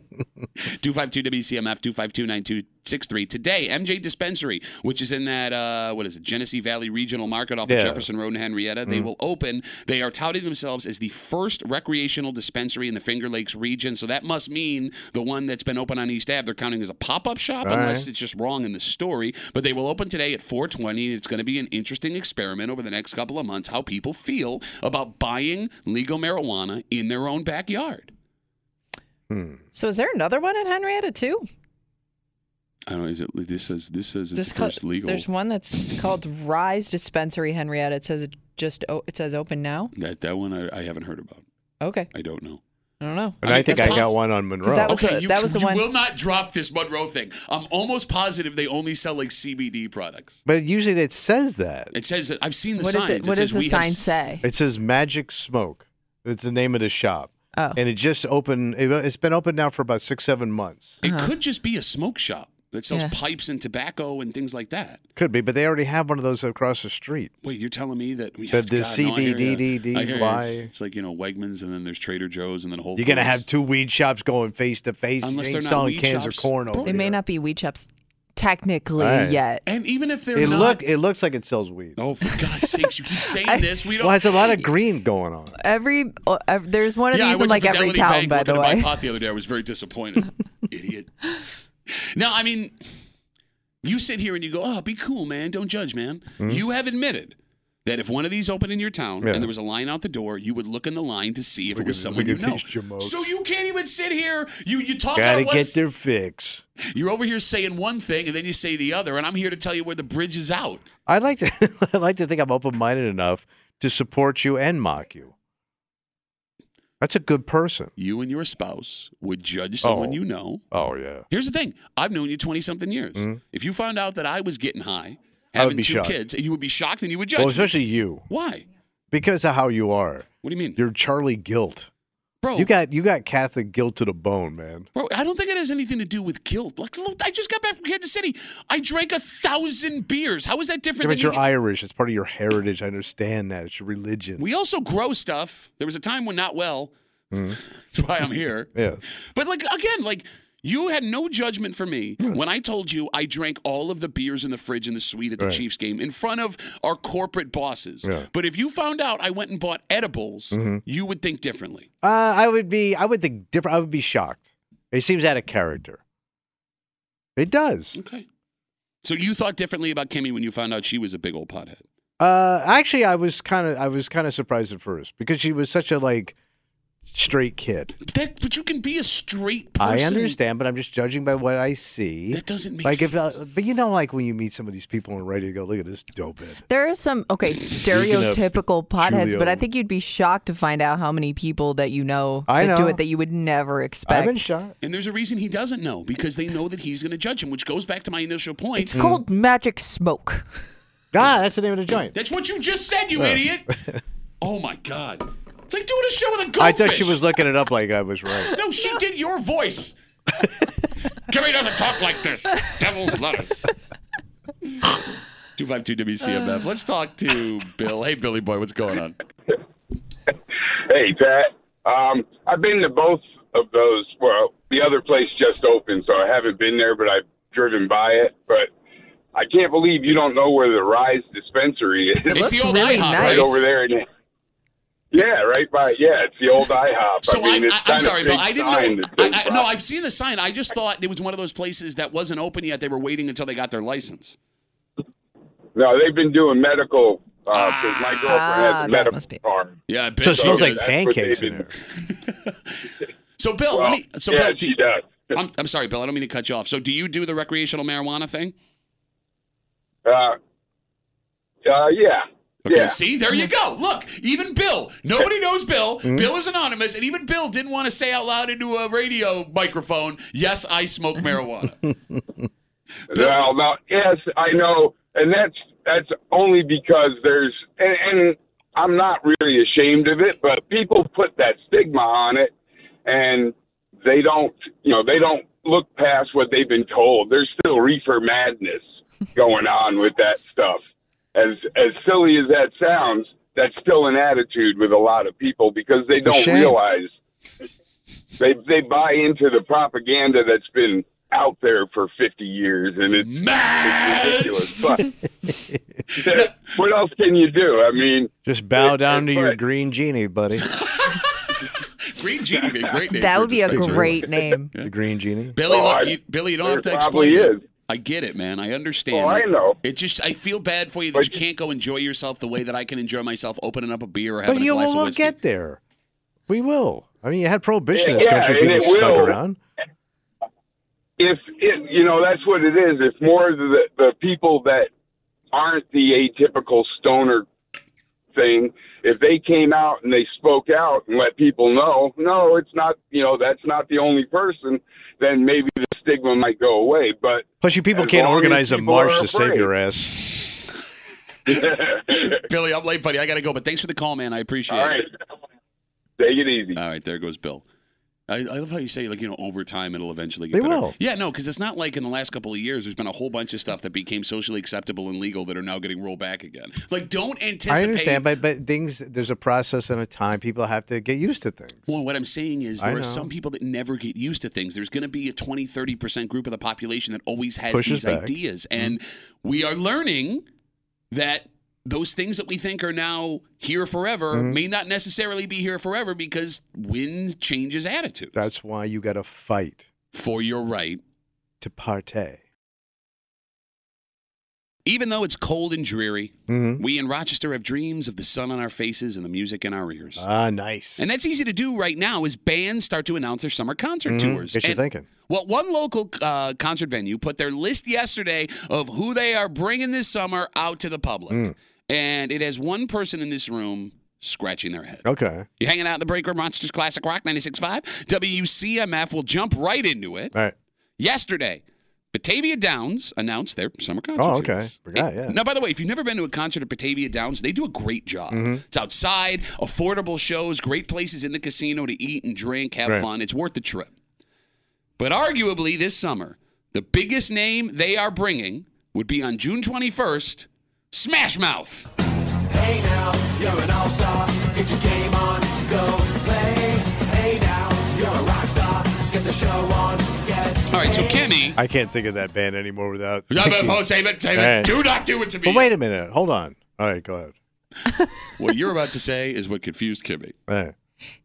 Speaker 2: 252 WCMF 252 9263. Today, MJ Dispensary, which is in that, uh, what is it, Genesee Valley Regional Market off of
Speaker 3: Yeah.
Speaker 2: Jefferson Road in Henrietta, they will open. They are touting themselves as the first recreational dispensary in the Finger Lakes region. So that must mean the one that's been open on East Ave, they're counting as a pop up shop,
Speaker 3: All
Speaker 2: unless
Speaker 3: right.
Speaker 2: it's just wrong in the story. But they will open today at 420, and it's going to be an interesting experiment over the next couple of months how people feel about buying legal marijuana in their own backyard.
Speaker 3: Hmm.
Speaker 4: So is there another one in Henrietta too?
Speaker 2: I don't know. Is it, this says this says it's the
Speaker 4: co-
Speaker 2: first legal.
Speaker 4: There's one that's called Rise Dispensary Henrietta. It says it just o- it says open now.
Speaker 2: That that one I, I haven't heard about.
Speaker 4: Okay.
Speaker 2: I don't know.
Speaker 4: I don't know.
Speaker 3: And I, think
Speaker 2: that's
Speaker 3: I got
Speaker 2: possi-
Speaker 3: one on
Speaker 4: 'Cause
Speaker 3: Monroe.
Speaker 4: that was
Speaker 2: okay,
Speaker 4: the-
Speaker 2: you,
Speaker 4: that was
Speaker 2: you
Speaker 4: the one-
Speaker 2: will not drop this Monroe thing. I'm almost positive they only sell like CBD products.
Speaker 3: but usually it says that.
Speaker 2: It says that I've seen the
Speaker 4: What is
Speaker 2: signs.
Speaker 4: it? What
Speaker 2: says
Speaker 4: does the
Speaker 2: we
Speaker 4: sign
Speaker 2: have s-
Speaker 4: say?
Speaker 3: It says Magic Smoke. It's the name of the shop.
Speaker 4: Oh.
Speaker 3: And it just opened. It, it's been open now for about six, seven months.
Speaker 2: It could just be a smoke shop that sells
Speaker 4: Uh-huh. Yeah.
Speaker 2: pipes and tobacco and things like that.
Speaker 3: Could be, but they already have one of those across the street.
Speaker 2: Wait, you're telling me that we
Speaker 3: The- the
Speaker 2: no, I hear ya.
Speaker 3: CBDDD
Speaker 2: I hear ya. It's,
Speaker 3: why?
Speaker 2: it's like you know Wegmans and then there's Trader Joe's and then Whole.
Speaker 3: You're gonna
Speaker 2: Foods.
Speaker 3: have two weed shops going face to face. You
Speaker 2: Unless
Speaker 3: ain't
Speaker 2: they're not
Speaker 3: selling
Speaker 2: weed
Speaker 3: cans
Speaker 2: shops.
Speaker 3: of corn over
Speaker 2: They
Speaker 4: They may
Speaker 3: here.
Speaker 4: not be weed shops technically
Speaker 3: All right.
Speaker 4: yet.
Speaker 2: And even if they're
Speaker 3: It
Speaker 2: not,
Speaker 3: look. It looks like it sells weed.
Speaker 2: oh for God's sakes, you keep saying this. We don't.
Speaker 3: Well, it's a lot of green going on.
Speaker 4: Every uh, ev- there's one of
Speaker 2: yeah, I
Speaker 4: these in
Speaker 2: went
Speaker 4: like
Speaker 2: to
Speaker 4: every
Speaker 2: Fidelity
Speaker 4: town,
Speaker 2: Bank
Speaker 4: by
Speaker 2: looking
Speaker 4: the
Speaker 2: to buy
Speaker 4: way.
Speaker 2: pot the other day. I was very disappointed. Idiot. Now, I mean, you sit here and you go, "Oh, be cool, man. Don't judge, man." You have admitted that if one of these opened in your town
Speaker 3: Hmm? Yeah.
Speaker 2: and there was a line out the door, you would look in the line to see if
Speaker 3: Look
Speaker 2: it was
Speaker 3: at-
Speaker 2: someone you
Speaker 3: look at
Speaker 2: know.
Speaker 3: these jamokes.
Speaker 2: So you can't even sit here. You you talk out
Speaker 3: Gotta
Speaker 2: of
Speaker 3: get
Speaker 2: Oh, what's-
Speaker 3: their fix.
Speaker 2: You're over here saying one thing and then you say the other, and I'm here to tell you where the bridge is out.
Speaker 3: I like to. I like to think I'm open minded enough to support you and mock you. That's a good person.
Speaker 2: You and your spouse would judge someone
Speaker 3: Oh.
Speaker 2: you know.
Speaker 3: Oh yeah.
Speaker 2: Here's the thing: I've known you 20 something years.
Speaker 3: Mhm.
Speaker 2: If you found out that I was getting high,
Speaker 3: I would
Speaker 2: having
Speaker 3: be
Speaker 2: two
Speaker 3: shocked.
Speaker 2: kids, you would be shocked and you would judge.
Speaker 3: Well,
Speaker 2: me.
Speaker 3: especially you,
Speaker 2: Why?
Speaker 3: because of how you are.
Speaker 2: What do you mean,
Speaker 3: You're Charlie Guilt.
Speaker 2: bro?
Speaker 3: You got you got Catholic guilt to the bone, man.
Speaker 2: Bro, I don't think it has anything to do with guilt. Like, look, I just got back from Kansas City. I drank a thousand beers. How is that
Speaker 3: Yeah,
Speaker 2: different?
Speaker 3: but
Speaker 2: than
Speaker 3: you're Irish. It's part of your heritage. I understand that. It's your religion.
Speaker 2: we also grow stuff. There was a time when not well.
Speaker 3: Mm-hmm.
Speaker 2: That's why I'm here.
Speaker 3: yeah.
Speaker 2: But like again, like you had no judgment for me
Speaker 3: Hmm.
Speaker 2: when I told you I drank all of the beers in the fridge in the suite at the
Speaker 3: Right.
Speaker 2: Chiefs game in front of our corporate bosses.
Speaker 3: Yeah. Mm-hmm.
Speaker 2: But if you found out I went and bought edibles, you would think differently.
Speaker 3: Uh, I would be. I would think different. I would be shocked. It seems out of character. It does.
Speaker 2: Okay. So you thought differently about Kimmy when you found out she was a big old pothead.
Speaker 3: Uh, actually, I was kind of. I was kind of surprised at first because she was such a like straight kid.
Speaker 2: But that but you can be a straight person.
Speaker 3: I understand, but I'm just judging by what I see.
Speaker 2: That doesn't make
Speaker 3: like if,
Speaker 2: sense.
Speaker 3: uh, but you know, like when you meet some of these people and radio, you go, look at this dope head.
Speaker 4: There are some okay
Speaker 3: of
Speaker 4: stereotypical potheads, but I
Speaker 3: Julio.
Speaker 4: think you'd be shocked to find out how many people that you know
Speaker 3: I
Speaker 4: that do
Speaker 3: know.
Speaker 4: it that you would never expect.
Speaker 3: I've been shot.
Speaker 2: and there's a reason he doesn't know because they know that he's going to judge him, which goes back to my initial point.
Speaker 4: It's called magic smoke.
Speaker 3: Ah, that's the name of the joint.
Speaker 2: That's what you just said, you idiot. oh my god! It's like doing a show with a goldfish.
Speaker 3: I thought she was looking it up like I was right.
Speaker 2: No, she did your voice. Kimmy doesn't talk like this. Devil's letter. 252
Speaker 4: Uh.
Speaker 2: WCMF. Let's talk to Bill. Hey, Billy boy, what's going on?
Speaker 6: Hey, Pat. Um, I've been to both of those. Well, the other place just opened, so I haven't been there, but I've driven by it. But I can't believe you don't know where the Rise dispensary is.
Speaker 2: it's the
Speaker 4: looks
Speaker 2: old
Speaker 4: really
Speaker 2: IHOP,
Speaker 4: nice.
Speaker 2: right?
Speaker 6: right over there. In yeah, right by. Yeah, it's the old IHOP.
Speaker 2: So I,
Speaker 6: mean, it's
Speaker 2: I,
Speaker 6: kind
Speaker 2: am
Speaker 6: of
Speaker 2: sorry,
Speaker 6: big
Speaker 2: Bill. I didn't know.
Speaker 6: sign that
Speaker 2: I,
Speaker 6: says
Speaker 2: I, no,
Speaker 6: Rise.
Speaker 2: I've seen the sign. I just thought it was one of those places that wasn't open yet. They were waiting until they got their license.
Speaker 6: no, they've been doing medical because my
Speaker 2: Uh-huh.
Speaker 6: girlfriend
Speaker 4: Ah,
Speaker 6: has
Speaker 4: that
Speaker 6: a medical
Speaker 4: must be-
Speaker 6: card.
Speaker 2: Yeah, Bill.
Speaker 3: So it smells
Speaker 6: So
Speaker 3: like
Speaker 6: that's what
Speaker 3: pancakes
Speaker 6: they've
Speaker 3: in
Speaker 6: been-
Speaker 3: there.
Speaker 2: so Bill, let
Speaker 6: Well,
Speaker 2: me. So
Speaker 6: yeah,
Speaker 2: Bill, do,
Speaker 6: she does.
Speaker 2: I'm, I'm sorry, Bill. I don't mean to cut you off. So do you do the recreational marijuana thing?
Speaker 6: Uh, uh, yeah.
Speaker 2: Okay,
Speaker 6: Yeah.
Speaker 2: see, there you go. Look, even Bill, nobody knows Bill. Bill is anonymous, and even Bill didn't want to say out loud into a radio microphone, "Yes, I smoke marijuana."
Speaker 6: Well, now, yes, I know, and that's that's only because there's, and, and I'm not really ashamed of it, but people put that stigma on it, and they don't, you know, they don't look past what they've been told. There's still reefer madness going on with that stuff. As as silly as that sounds, that's still an attitude with a lot of people because they
Speaker 3: a
Speaker 6: don't
Speaker 3: shame.
Speaker 6: realize they they buy into the propaganda that's been out there for 50 years and it's
Speaker 2: Mad.
Speaker 6: ridiculous. But what else can you do? I mean,
Speaker 3: Just bow
Speaker 6: It-
Speaker 3: down to
Speaker 6: it's
Speaker 3: your
Speaker 6: like-
Speaker 3: green genie, buddy.
Speaker 2: Green Genie, would be a great name.
Speaker 4: That
Speaker 2: for
Speaker 4: would be a
Speaker 2: dispensary.
Speaker 4: great name.
Speaker 3: The green genie.
Speaker 2: Billy,
Speaker 6: Oh, I-
Speaker 2: look, you, Billy, you don't
Speaker 6: there
Speaker 2: have to
Speaker 6: probably
Speaker 2: explain. it.
Speaker 6: is.
Speaker 2: I get it, man. I understand.
Speaker 6: oh, I
Speaker 2: Like,
Speaker 6: know.
Speaker 2: It just, I feel bad for you that
Speaker 6: But-
Speaker 2: you can't go enjoy yourself the way that I can enjoy myself opening up a beer or
Speaker 3: But
Speaker 2: having a
Speaker 3: you
Speaker 2: glass
Speaker 3: will
Speaker 2: of
Speaker 3: we'll
Speaker 2: whiskey.
Speaker 3: get there. We will. I mean, you had prohibition in this
Speaker 6: Yeah,
Speaker 3: country.
Speaker 6: and
Speaker 3: People
Speaker 6: it
Speaker 3: stuck
Speaker 6: will.
Speaker 3: around.
Speaker 6: If it, you know, that's what it is. If more of the, the people that aren't the atypical stoner thing, if they came out and they spoke out and let people know, no, it's not, you know, that's not the only person, then maybe the stigma might go away. But
Speaker 3: Plus, you people
Speaker 6: as
Speaker 3: can't
Speaker 6: long as
Speaker 3: organize a
Speaker 6: people are
Speaker 3: march to save
Speaker 6: afraid-
Speaker 3: your ass.
Speaker 2: Billy, I'm late, buddy. I got to go, but thanks for the call, man. I appreciate
Speaker 6: All right.
Speaker 2: it.
Speaker 6: Take it easy.
Speaker 2: All right, there goes Bill. I, I love how you say, like, you know, over time it'll eventually get
Speaker 6: They
Speaker 2: better.
Speaker 6: will.
Speaker 2: Yeah, no, because it's not like in the last couple of years, there's been a whole bunch of stuff that became socially acceptable and legal that are now getting rolled back again. Like, don't anticipate.
Speaker 3: I understand, but but things there's a process and a time. People have to get used to things.
Speaker 2: Well, what I'm saying is
Speaker 3: I
Speaker 2: there
Speaker 3: know.
Speaker 2: are some people that never get used to things. There's going to be a 20, 30% group of the population that always has
Speaker 3: Pushes
Speaker 2: these
Speaker 3: back. Mm-hmm.
Speaker 2: ideas. And we are learning that those things that we think are now here forever
Speaker 3: Mhm.
Speaker 2: may not necessarily be here forever because wind changes attitude.
Speaker 3: That's why you got to fight
Speaker 2: For your right.
Speaker 3: to partay.
Speaker 2: Even though it's cold and dreary,
Speaker 3: Mhm.
Speaker 2: we in Rochester have dreams of the sun on our faces and the music in our ears.
Speaker 3: Ah, nice.
Speaker 2: And that's easy to do right now as bands start to announce their summer concert
Speaker 3: Mhm.
Speaker 2: tours.
Speaker 3: Gets you
Speaker 2: And-
Speaker 3: thinking.
Speaker 2: Well, one local uh, concert venue put their list yesterday of who they are bringing this summer out to the public.
Speaker 3: Mm.
Speaker 2: And it has one person in this room scratching their head.
Speaker 3: Okay.
Speaker 2: You're hanging out in the break room, Monsters Classic Rock 96.5. WCMF will jump right into it.
Speaker 3: All right.
Speaker 2: Yesterday, Batavia Downs announced their summer concert.
Speaker 3: Oh, okay.
Speaker 2: series.
Speaker 3: Forgot, yeah.
Speaker 2: Now, by the way, if you've never been to a concert at Batavia Downs, they do a great job.
Speaker 3: Mhm.
Speaker 2: It's outside, affordable shows, great places in the casino to eat and drink, have
Speaker 3: Right.
Speaker 2: fun. It's worth the trip. But arguably, this summer, the biggest name they are bringing would be on June 21st Smash Mouth.
Speaker 7: Hey now, you're an all-star. Get your game on, go play. Hey now, you're a rock star. Get the show on, get
Speaker 2: All right, so Kimmy.
Speaker 3: I can't think of that band anymore without.
Speaker 2: Yeah, but
Speaker 3: thinking-
Speaker 2: Paul, save it, save it.
Speaker 3: All right.
Speaker 2: Do not do it to me.
Speaker 3: But wait a minute. Hold on. All right, go ahead.
Speaker 2: what you're about to say is what confused Kimmy.
Speaker 3: All right.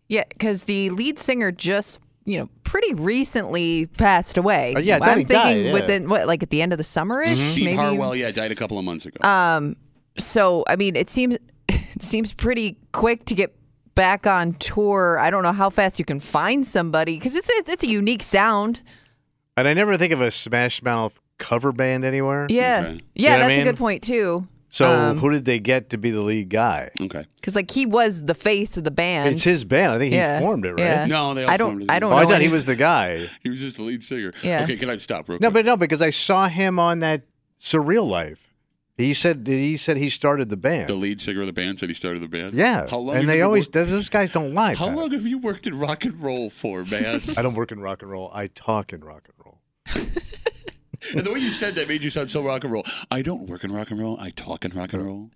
Speaker 4: Yeah, because the lead singer just, you know, pretty recently passed away.
Speaker 2: Uh, yeah, I thought
Speaker 4: I'm
Speaker 2: he
Speaker 4: thinking
Speaker 2: died, yeah. Mm-hmm.
Speaker 4: within what, like at the end of the summer ish.
Speaker 2: Steve
Speaker 4: maybe?
Speaker 2: Harwell, yeah, died a couple of months ago.
Speaker 4: Um, so I mean, it seems it seems pretty quick to get back on tour. I don't know how fast you can find somebody because it's a, it's a unique sound.
Speaker 3: And I never think of a Smash Mouth cover band anywhere.
Speaker 4: Yeah,
Speaker 3: You
Speaker 4: yeah,
Speaker 3: know what I
Speaker 4: that's a
Speaker 3: mean?
Speaker 4: good point too.
Speaker 3: So
Speaker 4: Um,
Speaker 3: who did they get to be the lead guy?
Speaker 2: Okay.
Speaker 4: Because like he was the face of the band.
Speaker 3: It's his band. I think he
Speaker 4: Yeah,
Speaker 3: formed it, right?
Speaker 4: yeah.
Speaker 2: No, they all
Speaker 4: I don't.
Speaker 2: formed it.
Speaker 4: I don't
Speaker 3: Oh,
Speaker 4: know.
Speaker 3: I thought
Speaker 4: any-
Speaker 3: he was the guy.
Speaker 2: He was just the lead singer.
Speaker 4: Yeah.
Speaker 2: Okay, can I stop real quick?
Speaker 3: No, but no, because I saw him on that Surreal Life. He said he said he started the band.
Speaker 2: The lead singer of the band said he started the band.
Speaker 3: yeah,
Speaker 2: How long? have
Speaker 3: and they
Speaker 2: you
Speaker 3: always
Speaker 2: Worked,
Speaker 3: those guys don't lie.
Speaker 2: how
Speaker 3: Pat.
Speaker 2: long have you worked in rock and roll for, man?
Speaker 3: I don't work in rock and roll. I talk in rock and roll.
Speaker 2: and the way you said that made you sound so rock and roll. I don't work in rock and roll. I talk in rock and roll.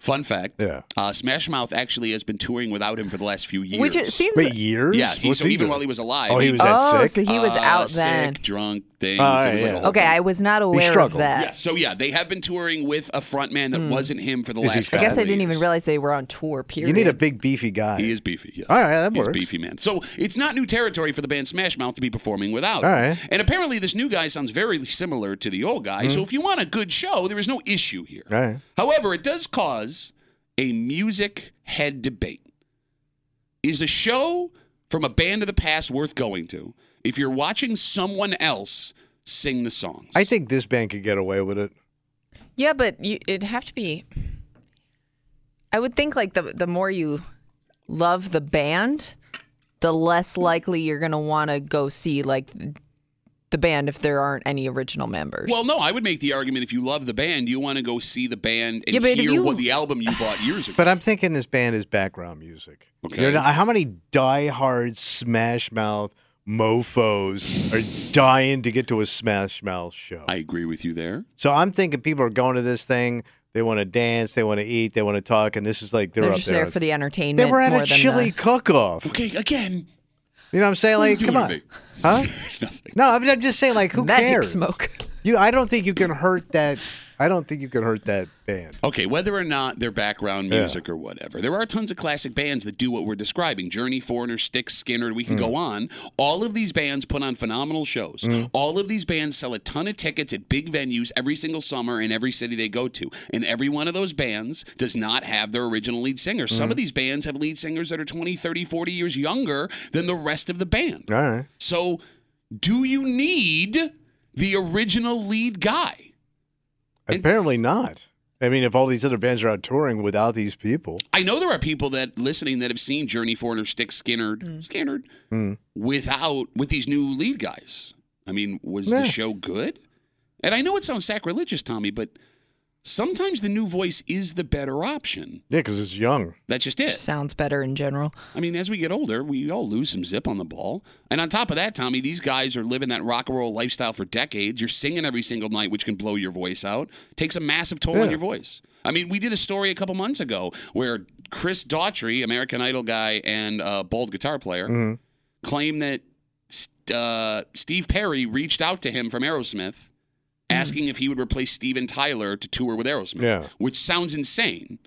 Speaker 2: Fun fact.
Speaker 3: Yeah.
Speaker 2: Uh, Smash Mouth actually has been touring without him for the last few years.
Speaker 4: Which it seems-
Speaker 3: Wait, years?
Speaker 2: Yeah. He,
Speaker 3: What's
Speaker 2: so
Speaker 3: he
Speaker 2: even
Speaker 3: doing?
Speaker 2: while he was alive.
Speaker 3: Oh, he was that
Speaker 4: Oh,
Speaker 3: sick.
Speaker 4: so he was
Speaker 2: uh,
Speaker 4: out
Speaker 2: sick,
Speaker 4: then.
Speaker 2: drunk thing.
Speaker 3: Ah,
Speaker 2: So it was like a
Speaker 3: yeah.
Speaker 2: whole
Speaker 4: Okay,
Speaker 2: thing.
Speaker 4: I was not aware of
Speaker 3: struggled.
Speaker 4: that.
Speaker 2: Yeah. So yeah, they have been touring with a front man that wasn't him for the
Speaker 3: Hmm. Is he
Speaker 2: last.
Speaker 4: I guess
Speaker 2: couple
Speaker 4: I
Speaker 2: of
Speaker 4: didn't even
Speaker 2: years.
Speaker 4: realize they were on tour. Period.
Speaker 3: You need a big beefy guy.
Speaker 2: He is beefy. Yes.
Speaker 3: All right, that
Speaker 2: He's
Speaker 3: works.
Speaker 2: beefy man. So it's not new territory for the band Smash Mouth to be performing without.
Speaker 3: All
Speaker 2: him.
Speaker 3: right. Hmm.
Speaker 2: And apparently, this new guy sounds very similar to the old guy. So if you want a good show, there is no issue here.
Speaker 3: All right.
Speaker 2: However, it does cause a music head debate. Is a show from a band of the past worth going to if you're watching someone else sing the songs?
Speaker 3: I think this band could get away with it.
Speaker 4: Yeah, but you, it'd have to be. I would think like the the more you love the band, the less likely you're gonna want to go see like the band if there aren't any original members.
Speaker 2: Well, no, I would make the argument if you love the band, you want to go see the band and
Speaker 4: Yeah, but if
Speaker 2: hear
Speaker 4: you-
Speaker 2: what the album you bought years ago.
Speaker 3: But I'm thinking this band is background music.
Speaker 2: Okay.
Speaker 3: You're not- how many diehard Smash Mouth mofos are dying to get to a Smash Mouth show?
Speaker 2: I agree with you there.
Speaker 3: So I'm thinking people are going to this thing. They want to dance. They want to eat. They want to talk. And this is like they're,
Speaker 4: they're,
Speaker 3: up
Speaker 4: just
Speaker 3: there.
Speaker 4: there, for the entertainment.
Speaker 3: they were at
Speaker 4: more
Speaker 3: a
Speaker 4: than
Speaker 3: chili cook-off.
Speaker 2: Okay, again,
Speaker 3: You know what I'm saying?
Speaker 2: What are you
Speaker 3: Like, come
Speaker 2: doing
Speaker 3: on,
Speaker 2: to me?
Speaker 3: huh?
Speaker 2: nothing.
Speaker 3: No, I'm, I'm just saying. Like,
Speaker 4: the
Speaker 3: who
Speaker 4: magic
Speaker 3: cares?
Speaker 4: smoke.
Speaker 3: You, I don't think you can hurt that. I don't think you can hurt that band.
Speaker 2: Okay, whether or not their background music or whatever, there are tons of classic bands that do what we're describing. Journey, Foreigner, Styx, Skinner, we can go on. All of these bands put on phenomenal shows. All of these bands sell a ton of tickets at big venues every single summer in every city they go to. And every one of those bands does not have their original lead singer. Some of these bands have lead singers that are 20, 30, 40 years younger than the rest of the band.
Speaker 3: All right.
Speaker 2: So, do you need the original lead guy?
Speaker 3: Apparently not. I mean, if all these other bands are out touring without these people,
Speaker 2: I know there are people that listening that have seen Journey, Foreigner, Stick, Skinnerd, Skinnerd
Speaker 3: Mm.
Speaker 2: without with these new lead guys. I mean, was
Speaker 3: Yeah.
Speaker 2: the show good? And I know it sounds sacrilegious, Tommy, but sometimes the new voice is the better option.
Speaker 3: yeah, because it's young.
Speaker 2: That's just it.
Speaker 4: Sounds better in general.
Speaker 2: I mean, as we get older, we all lose some zip on the ball. And on top of that, Tommy, these guys are living that rock and roll lifestyle for decades. You're singing every single night, which can blow your voice out. Takes a massive toll on
Speaker 8: Yeah.
Speaker 2: your voice. I mean, we did a story a couple months ago where Chris Daughtry, American Idol guy and uh, bold guitar player,
Speaker 8: Mhm.
Speaker 2: claimed that st- uh, Steve Perry reached out to him from Aerosmith asking if he would replace Steven Tyler to tour with Aerosmith,
Speaker 3: Yeah.
Speaker 2: which sounds insane.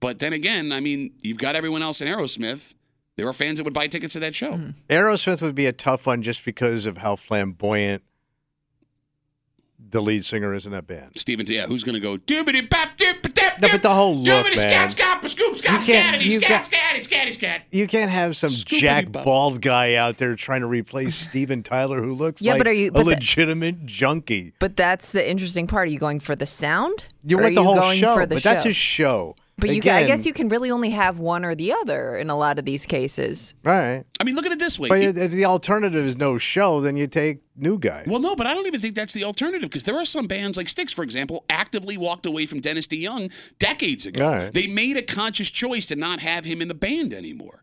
Speaker 2: But then again, I mean, you've got everyone else in Aerosmith. There are fans that would buy tickets to that show.
Speaker 3: Aerosmith would be a tough one just because of how flamboyant the lead singer is in that band.
Speaker 2: Steven, yeah, who's going to go doobity bap doop dap
Speaker 3: No, but the whole look,
Speaker 2: doobity
Speaker 3: man.
Speaker 2: scat scat scoop scat
Speaker 3: You can't-
Speaker 2: scatty
Speaker 3: you
Speaker 2: scat
Speaker 3: got-
Speaker 2: scatty scatty scat.
Speaker 3: You can't have some jack
Speaker 2: Scoopity-bop.
Speaker 3: bald guy out there trying to replace Steven Tyler, who looks
Speaker 4: Yeah,
Speaker 3: like
Speaker 4: but are you-
Speaker 3: a
Speaker 4: but the-
Speaker 3: legitimate junkie.
Speaker 4: But that's the interesting part. Are you going for the sound?
Speaker 3: You
Speaker 4: Or
Speaker 3: want
Speaker 4: are
Speaker 3: the whole
Speaker 4: going
Speaker 3: show,
Speaker 4: for the
Speaker 3: but
Speaker 4: show?
Speaker 3: that's a show.
Speaker 4: But you, ca-
Speaker 3: Again,
Speaker 4: I guess you can really only have one or the other in a lot of these cases.
Speaker 3: All right.
Speaker 2: I mean, look at it this way.
Speaker 3: But
Speaker 2: It-
Speaker 3: if the alternative is no show, then you take new guy.
Speaker 2: Well, no, but I don't even think that's the alternative because there are some bands like Styx, for example, actively walked away from Dennis DeYoung decades ago.
Speaker 3: All right.
Speaker 2: They made a conscious choice to not have him in the band anymore.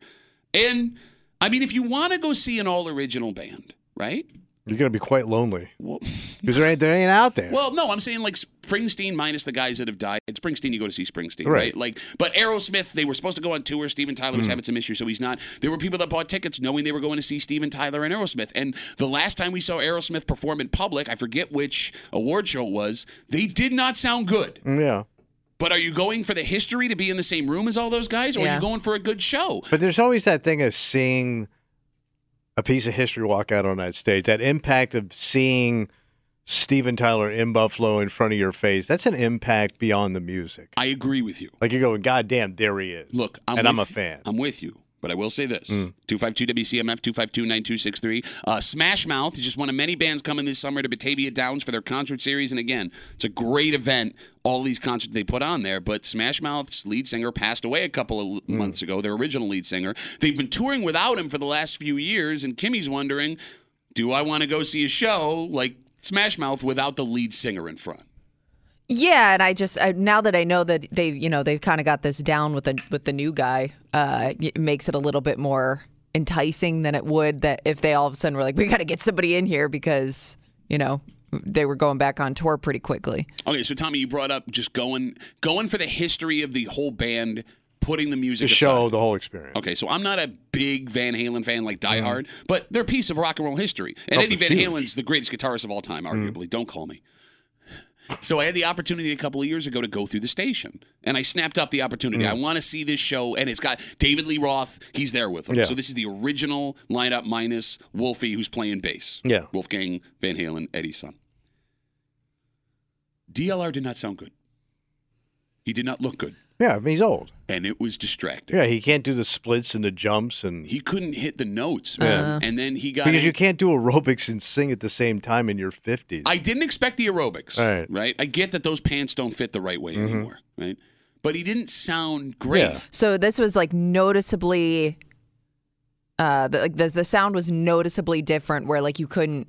Speaker 2: And I mean, if you want to go see an all original band, right?
Speaker 3: You're gonna be quite lonely
Speaker 2: Well,
Speaker 3: because there ain't there ain't out there.
Speaker 2: Well, no, I'm saying like Springsteen minus the guys that have died. At Springsteen, you go to see Springsteen, right?
Speaker 3: Right.
Speaker 2: Like, but Aerosmith, they were supposed to go on tour. Steven Tyler was
Speaker 3: Mm.
Speaker 2: having some issues, so he's not. There were people that bought tickets knowing they were going to see Steven Tyler and Aerosmith. And the last time we saw Aerosmith perform in public, I forget which award show it was, they did not sound good.
Speaker 3: Mm, yeah.
Speaker 2: But are you going for the history to be in the same room as all those guys, or are
Speaker 3: Yeah.
Speaker 2: you going for a good show?
Speaker 3: But there's always that thing of seeing a piece of history walk out on that stage. That impact of seeing Steven Tyler in Buffalo in front of your face. That's an impact beyond the music.
Speaker 2: I agree with you.
Speaker 3: Like you're going, God damn, there he is.
Speaker 2: Look, I'm
Speaker 3: and I'm a
Speaker 2: with-
Speaker 3: fan. Mm.
Speaker 2: I'm with you. But I will say this 252 WCMF 252 9263. Uh, Smash Mouth is just one of many bands coming this summer to Batavia Downs for their concert series. And again, it's a great event, all these concerts they put on there. But Smash Mouth's lead singer passed away a couple of
Speaker 3: Mm.
Speaker 2: l- months ago, their original lead singer. They've been touring without him for the last few years. And Kimmy's wondering do I want to go see a show like Smash Mouth without the lead singer in front?
Speaker 4: Yeah, and I just I, now that I know that they, you know, they've kind of got this down with the with the new guy, uh, it makes it a little bit more enticing than it would that if they all of a sudden were like, we got to get somebody in here because you know they were going back on tour pretty quickly.
Speaker 2: Okay, so Tommy, you brought up just going going for the history of the whole band, putting the music
Speaker 3: The show, the whole experience.
Speaker 2: aside. Okay, so I'm not a big Van Halen fan like Die Hard, but they're a piece of rock and roll history. And
Speaker 3: Mm-hmm. Oh,
Speaker 2: Eddie
Speaker 3: for
Speaker 2: Van
Speaker 3: sure. Mm-hmm.
Speaker 2: Halen's the greatest guitarist of all time, arguably. Don't call me. So I had the opportunity a couple of years ago to go through the station, and I snapped up the opportunity.
Speaker 3: Mm-hmm.
Speaker 2: I want to see this show, and it's got David Lee Roth. He's there with them.
Speaker 3: Yeah.
Speaker 2: So this is the original lineup minus Wolfie, who's playing bass.
Speaker 3: Yeah.
Speaker 2: Wolfgang Van Halen, Eddie's son. DLR did not sound good. He did not look good,
Speaker 3: Yeah, I mean, he's old.
Speaker 2: and it was distracting.
Speaker 3: Yeah, he can't do the splits and the jumps and
Speaker 2: He couldn't hit the notes,
Speaker 3: Yeah.
Speaker 2: man. And then he got
Speaker 3: because
Speaker 2: in-
Speaker 3: you can't do aerobics and sing at the same time in your 50s.
Speaker 2: I didn't expect the aerobics.
Speaker 3: All right. Mm-hmm.
Speaker 2: Right? I get that those pants don't fit the right way anymore. Right? But he didn't sound great.
Speaker 4: So this was like noticeably, uh, the, like the the sound was noticeably different, where like you couldn't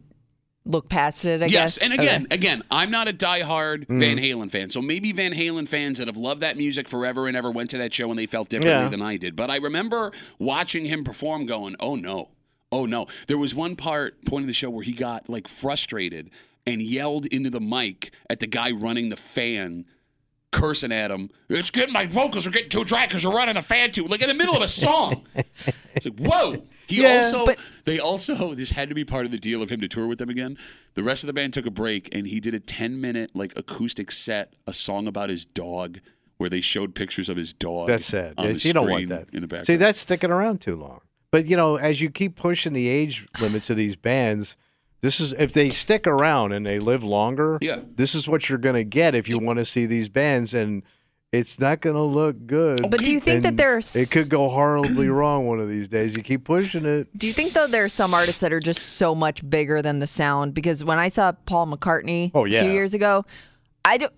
Speaker 4: look past it. I
Speaker 2: yes,
Speaker 4: guess.
Speaker 2: and
Speaker 4: Okay.
Speaker 2: again, again, I'm not a diehard
Speaker 3: Mm-hmm.
Speaker 2: Van Halen fan, so maybe Van Halen fans that have loved that music forever and ever went to that show and they felt differently
Speaker 8: Yeah.
Speaker 2: than I did. But I remember watching him perform, going, "Oh no, oh no!" There was one part point of the show where he got like frustrated and yelled into the mic at the guy running the fan. Cursing at him, it's getting my vocals are getting too dry because you're running a fan too. Like in the middle of a song, it's like, whoa. He
Speaker 8: Yeah,
Speaker 2: also,
Speaker 8: but-
Speaker 2: they also, this had to be part of the deal of him to tour with them again. The rest of the band took a break and he did a 10 minute, like, acoustic set, a song about his dog where they showed pictures of his dog.
Speaker 3: That's sad.
Speaker 2: on
Speaker 3: Yeah,
Speaker 2: the
Speaker 3: you don't want
Speaker 2: screen
Speaker 3: that.
Speaker 2: In the background.
Speaker 3: See, that's sticking around too long. But you know, as you keep pushing the age limits of these bands, this is if they stick around and they live longer.
Speaker 2: Yeah.
Speaker 3: This is what you're gonna get if you want to see these bands, and it's not gonna look good.
Speaker 2: Oh,
Speaker 4: But do you think that
Speaker 3: And
Speaker 4: there's-
Speaker 3: It could go horribly wrong one of these days. You keep pushing it.
Speaker 4: Do you think though there are some artists that are just so much bigger than the sound? Because when I saw Paul McCartney
Speaker 3: Oh,
Speaker 4: a
Speaker 3: yeah.
Speaker 4: few years ago, I don't.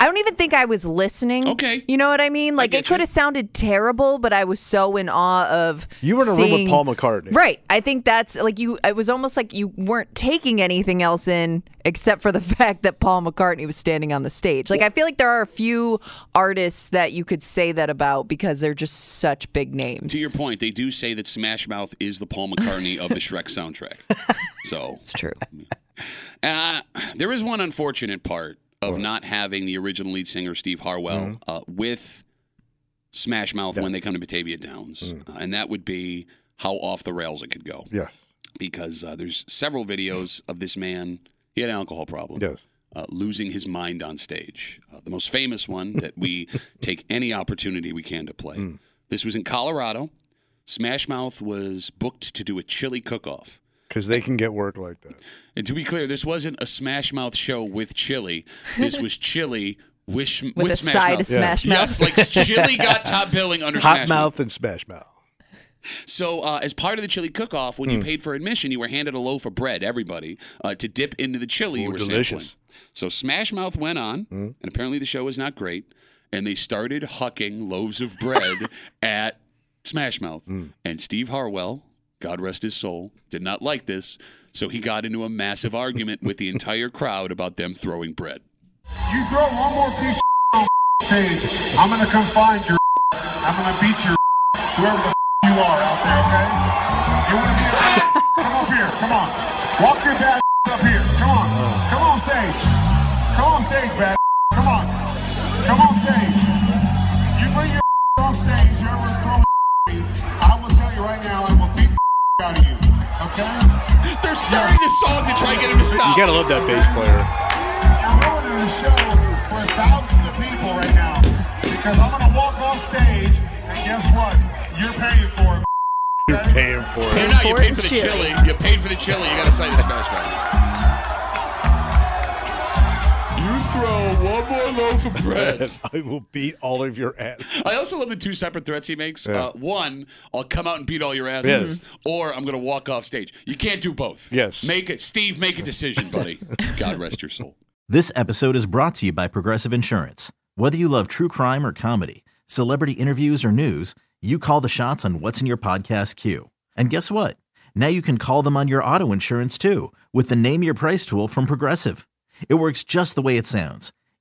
Speaker 4: I don't even think I was listening. Okay. You know what I mean? Like it could have sounded terrible, but I was so in awe of
Speaker 3: You were in a room with
Speaker 4: seeing-
Speaker 3: Paul McCartney.
Speaker 4: Right. I think that's like you it was almost like you weren't taking anything else in except for the fact that Paul McCartney was standing on the stage. Like I feel like there are a few artists that you could say that about because they're just such big names.
Speaker 2: To your point, they do say that Smash Mouth is the Paul McCartney of the Shrek soundtrack. So it's
Speaker 4: true.
Speaker 2: Uh, there is one unfortunate part of not having the original lead singer Steve Harwell uh, with Smash Mouth when they come to Batavia Downs, Uh, and that would be how off the rails it could go.
Speaker 3: Yes.
Speaker 2: because uh, there's several videos of this man. He had an alcohol problem.
Speaker 3: Yes.
Speaker 2: Uh, losing his mind on stage. Uh, the most famous one that we take any opportunity we can to play. This was in Colorado. Smash Mouth was booked to do a chili cook off.
Speaker 3: Because they can get work like that.
Speaker 2: And to be clear, this wasn't a Smash Mouth show with chili. This was chili wish, with,
Speaker 4: a
Speaker 2: Smash
Speaker 4: side
Speaker 2: Mouth.
Speaker 4: of Smash Yeah.
Speaker 2: Yes,
Speaker 4: Mouth.
Speaker 2: like chili got top billing under
Speaker 3: Hot
Speaker 2: Smash
Speaker 3: mouth and smash mouth.
Speaker 2: so, uh, as part of the chili cook off, when you
Speaker 3: Hmm.
Speaker 2: paid for admission, you were handed a loaf of bread, everybody, uh, to dip into the chili you
Speaker 3: Ooh,
Speaker 2: were
Speaker 3: delicious. Hmm.
Speaker 2: sampling. So, Smash Mouth went on, and apparently the show was not great. And they started hucking loaves of bread at Smash Mouth.
Speaker 3: Hmm.
Speaker 2: And Steve Harwell, God rest his soul, did not like this. So, he got into a massive argument with the entire crowd about them throwing bread.
Speaker 8: You throw one more piece of on stage, I'm gonna come find your. I'm gonna beat your. Whoever the you are out there, okay? You wanna be a. come up here, come on. Walk your bad up here. Come on, come on stage. Come on stage, bad. Come on, come on stage. You bring your on stage. Whoever's throwing, I will tell you right now, I will beat the out of you. Okay?
Speaker 2: They're starting the song to try and get him to stop.
Speaker 3: You gotta love that bass player.
Speaker 8: I'm ruining the show for thousands of people right now because I'm gonna walk off stage and guess what? You're paying for it.
Speaker 3: You're paying for it.
Speaker 2: You're not, you paid for the chili. You paid for the chili. You got to say the Smash Mouth. You throw one more loaf of bread.
Speaker 3: I will beat all of your ass.
Speaker 2: I also love the two separate threats he makes.
Speaker 3: Yeah.
Speaker 2: Uh, one, I'll come out and beat all your asses,
Speaker 3: Yes.
Speaker 2: or I'm going to walk off stage. You can't do both.
Speaker 3: Yes.
Speaker 2: Make it, Steve. Make a decision, buddy. God rest your soul.
Speaker 1: This episode is brought to you by Progressive Insurance. Whether you love true crime or comedy, celebrity interviews or news, you call the shots on what's in your podcast queue. And guess what? Now you can call them on your auto insurance too with the Name Your Price tool from Progressive. It works just the way it sounds.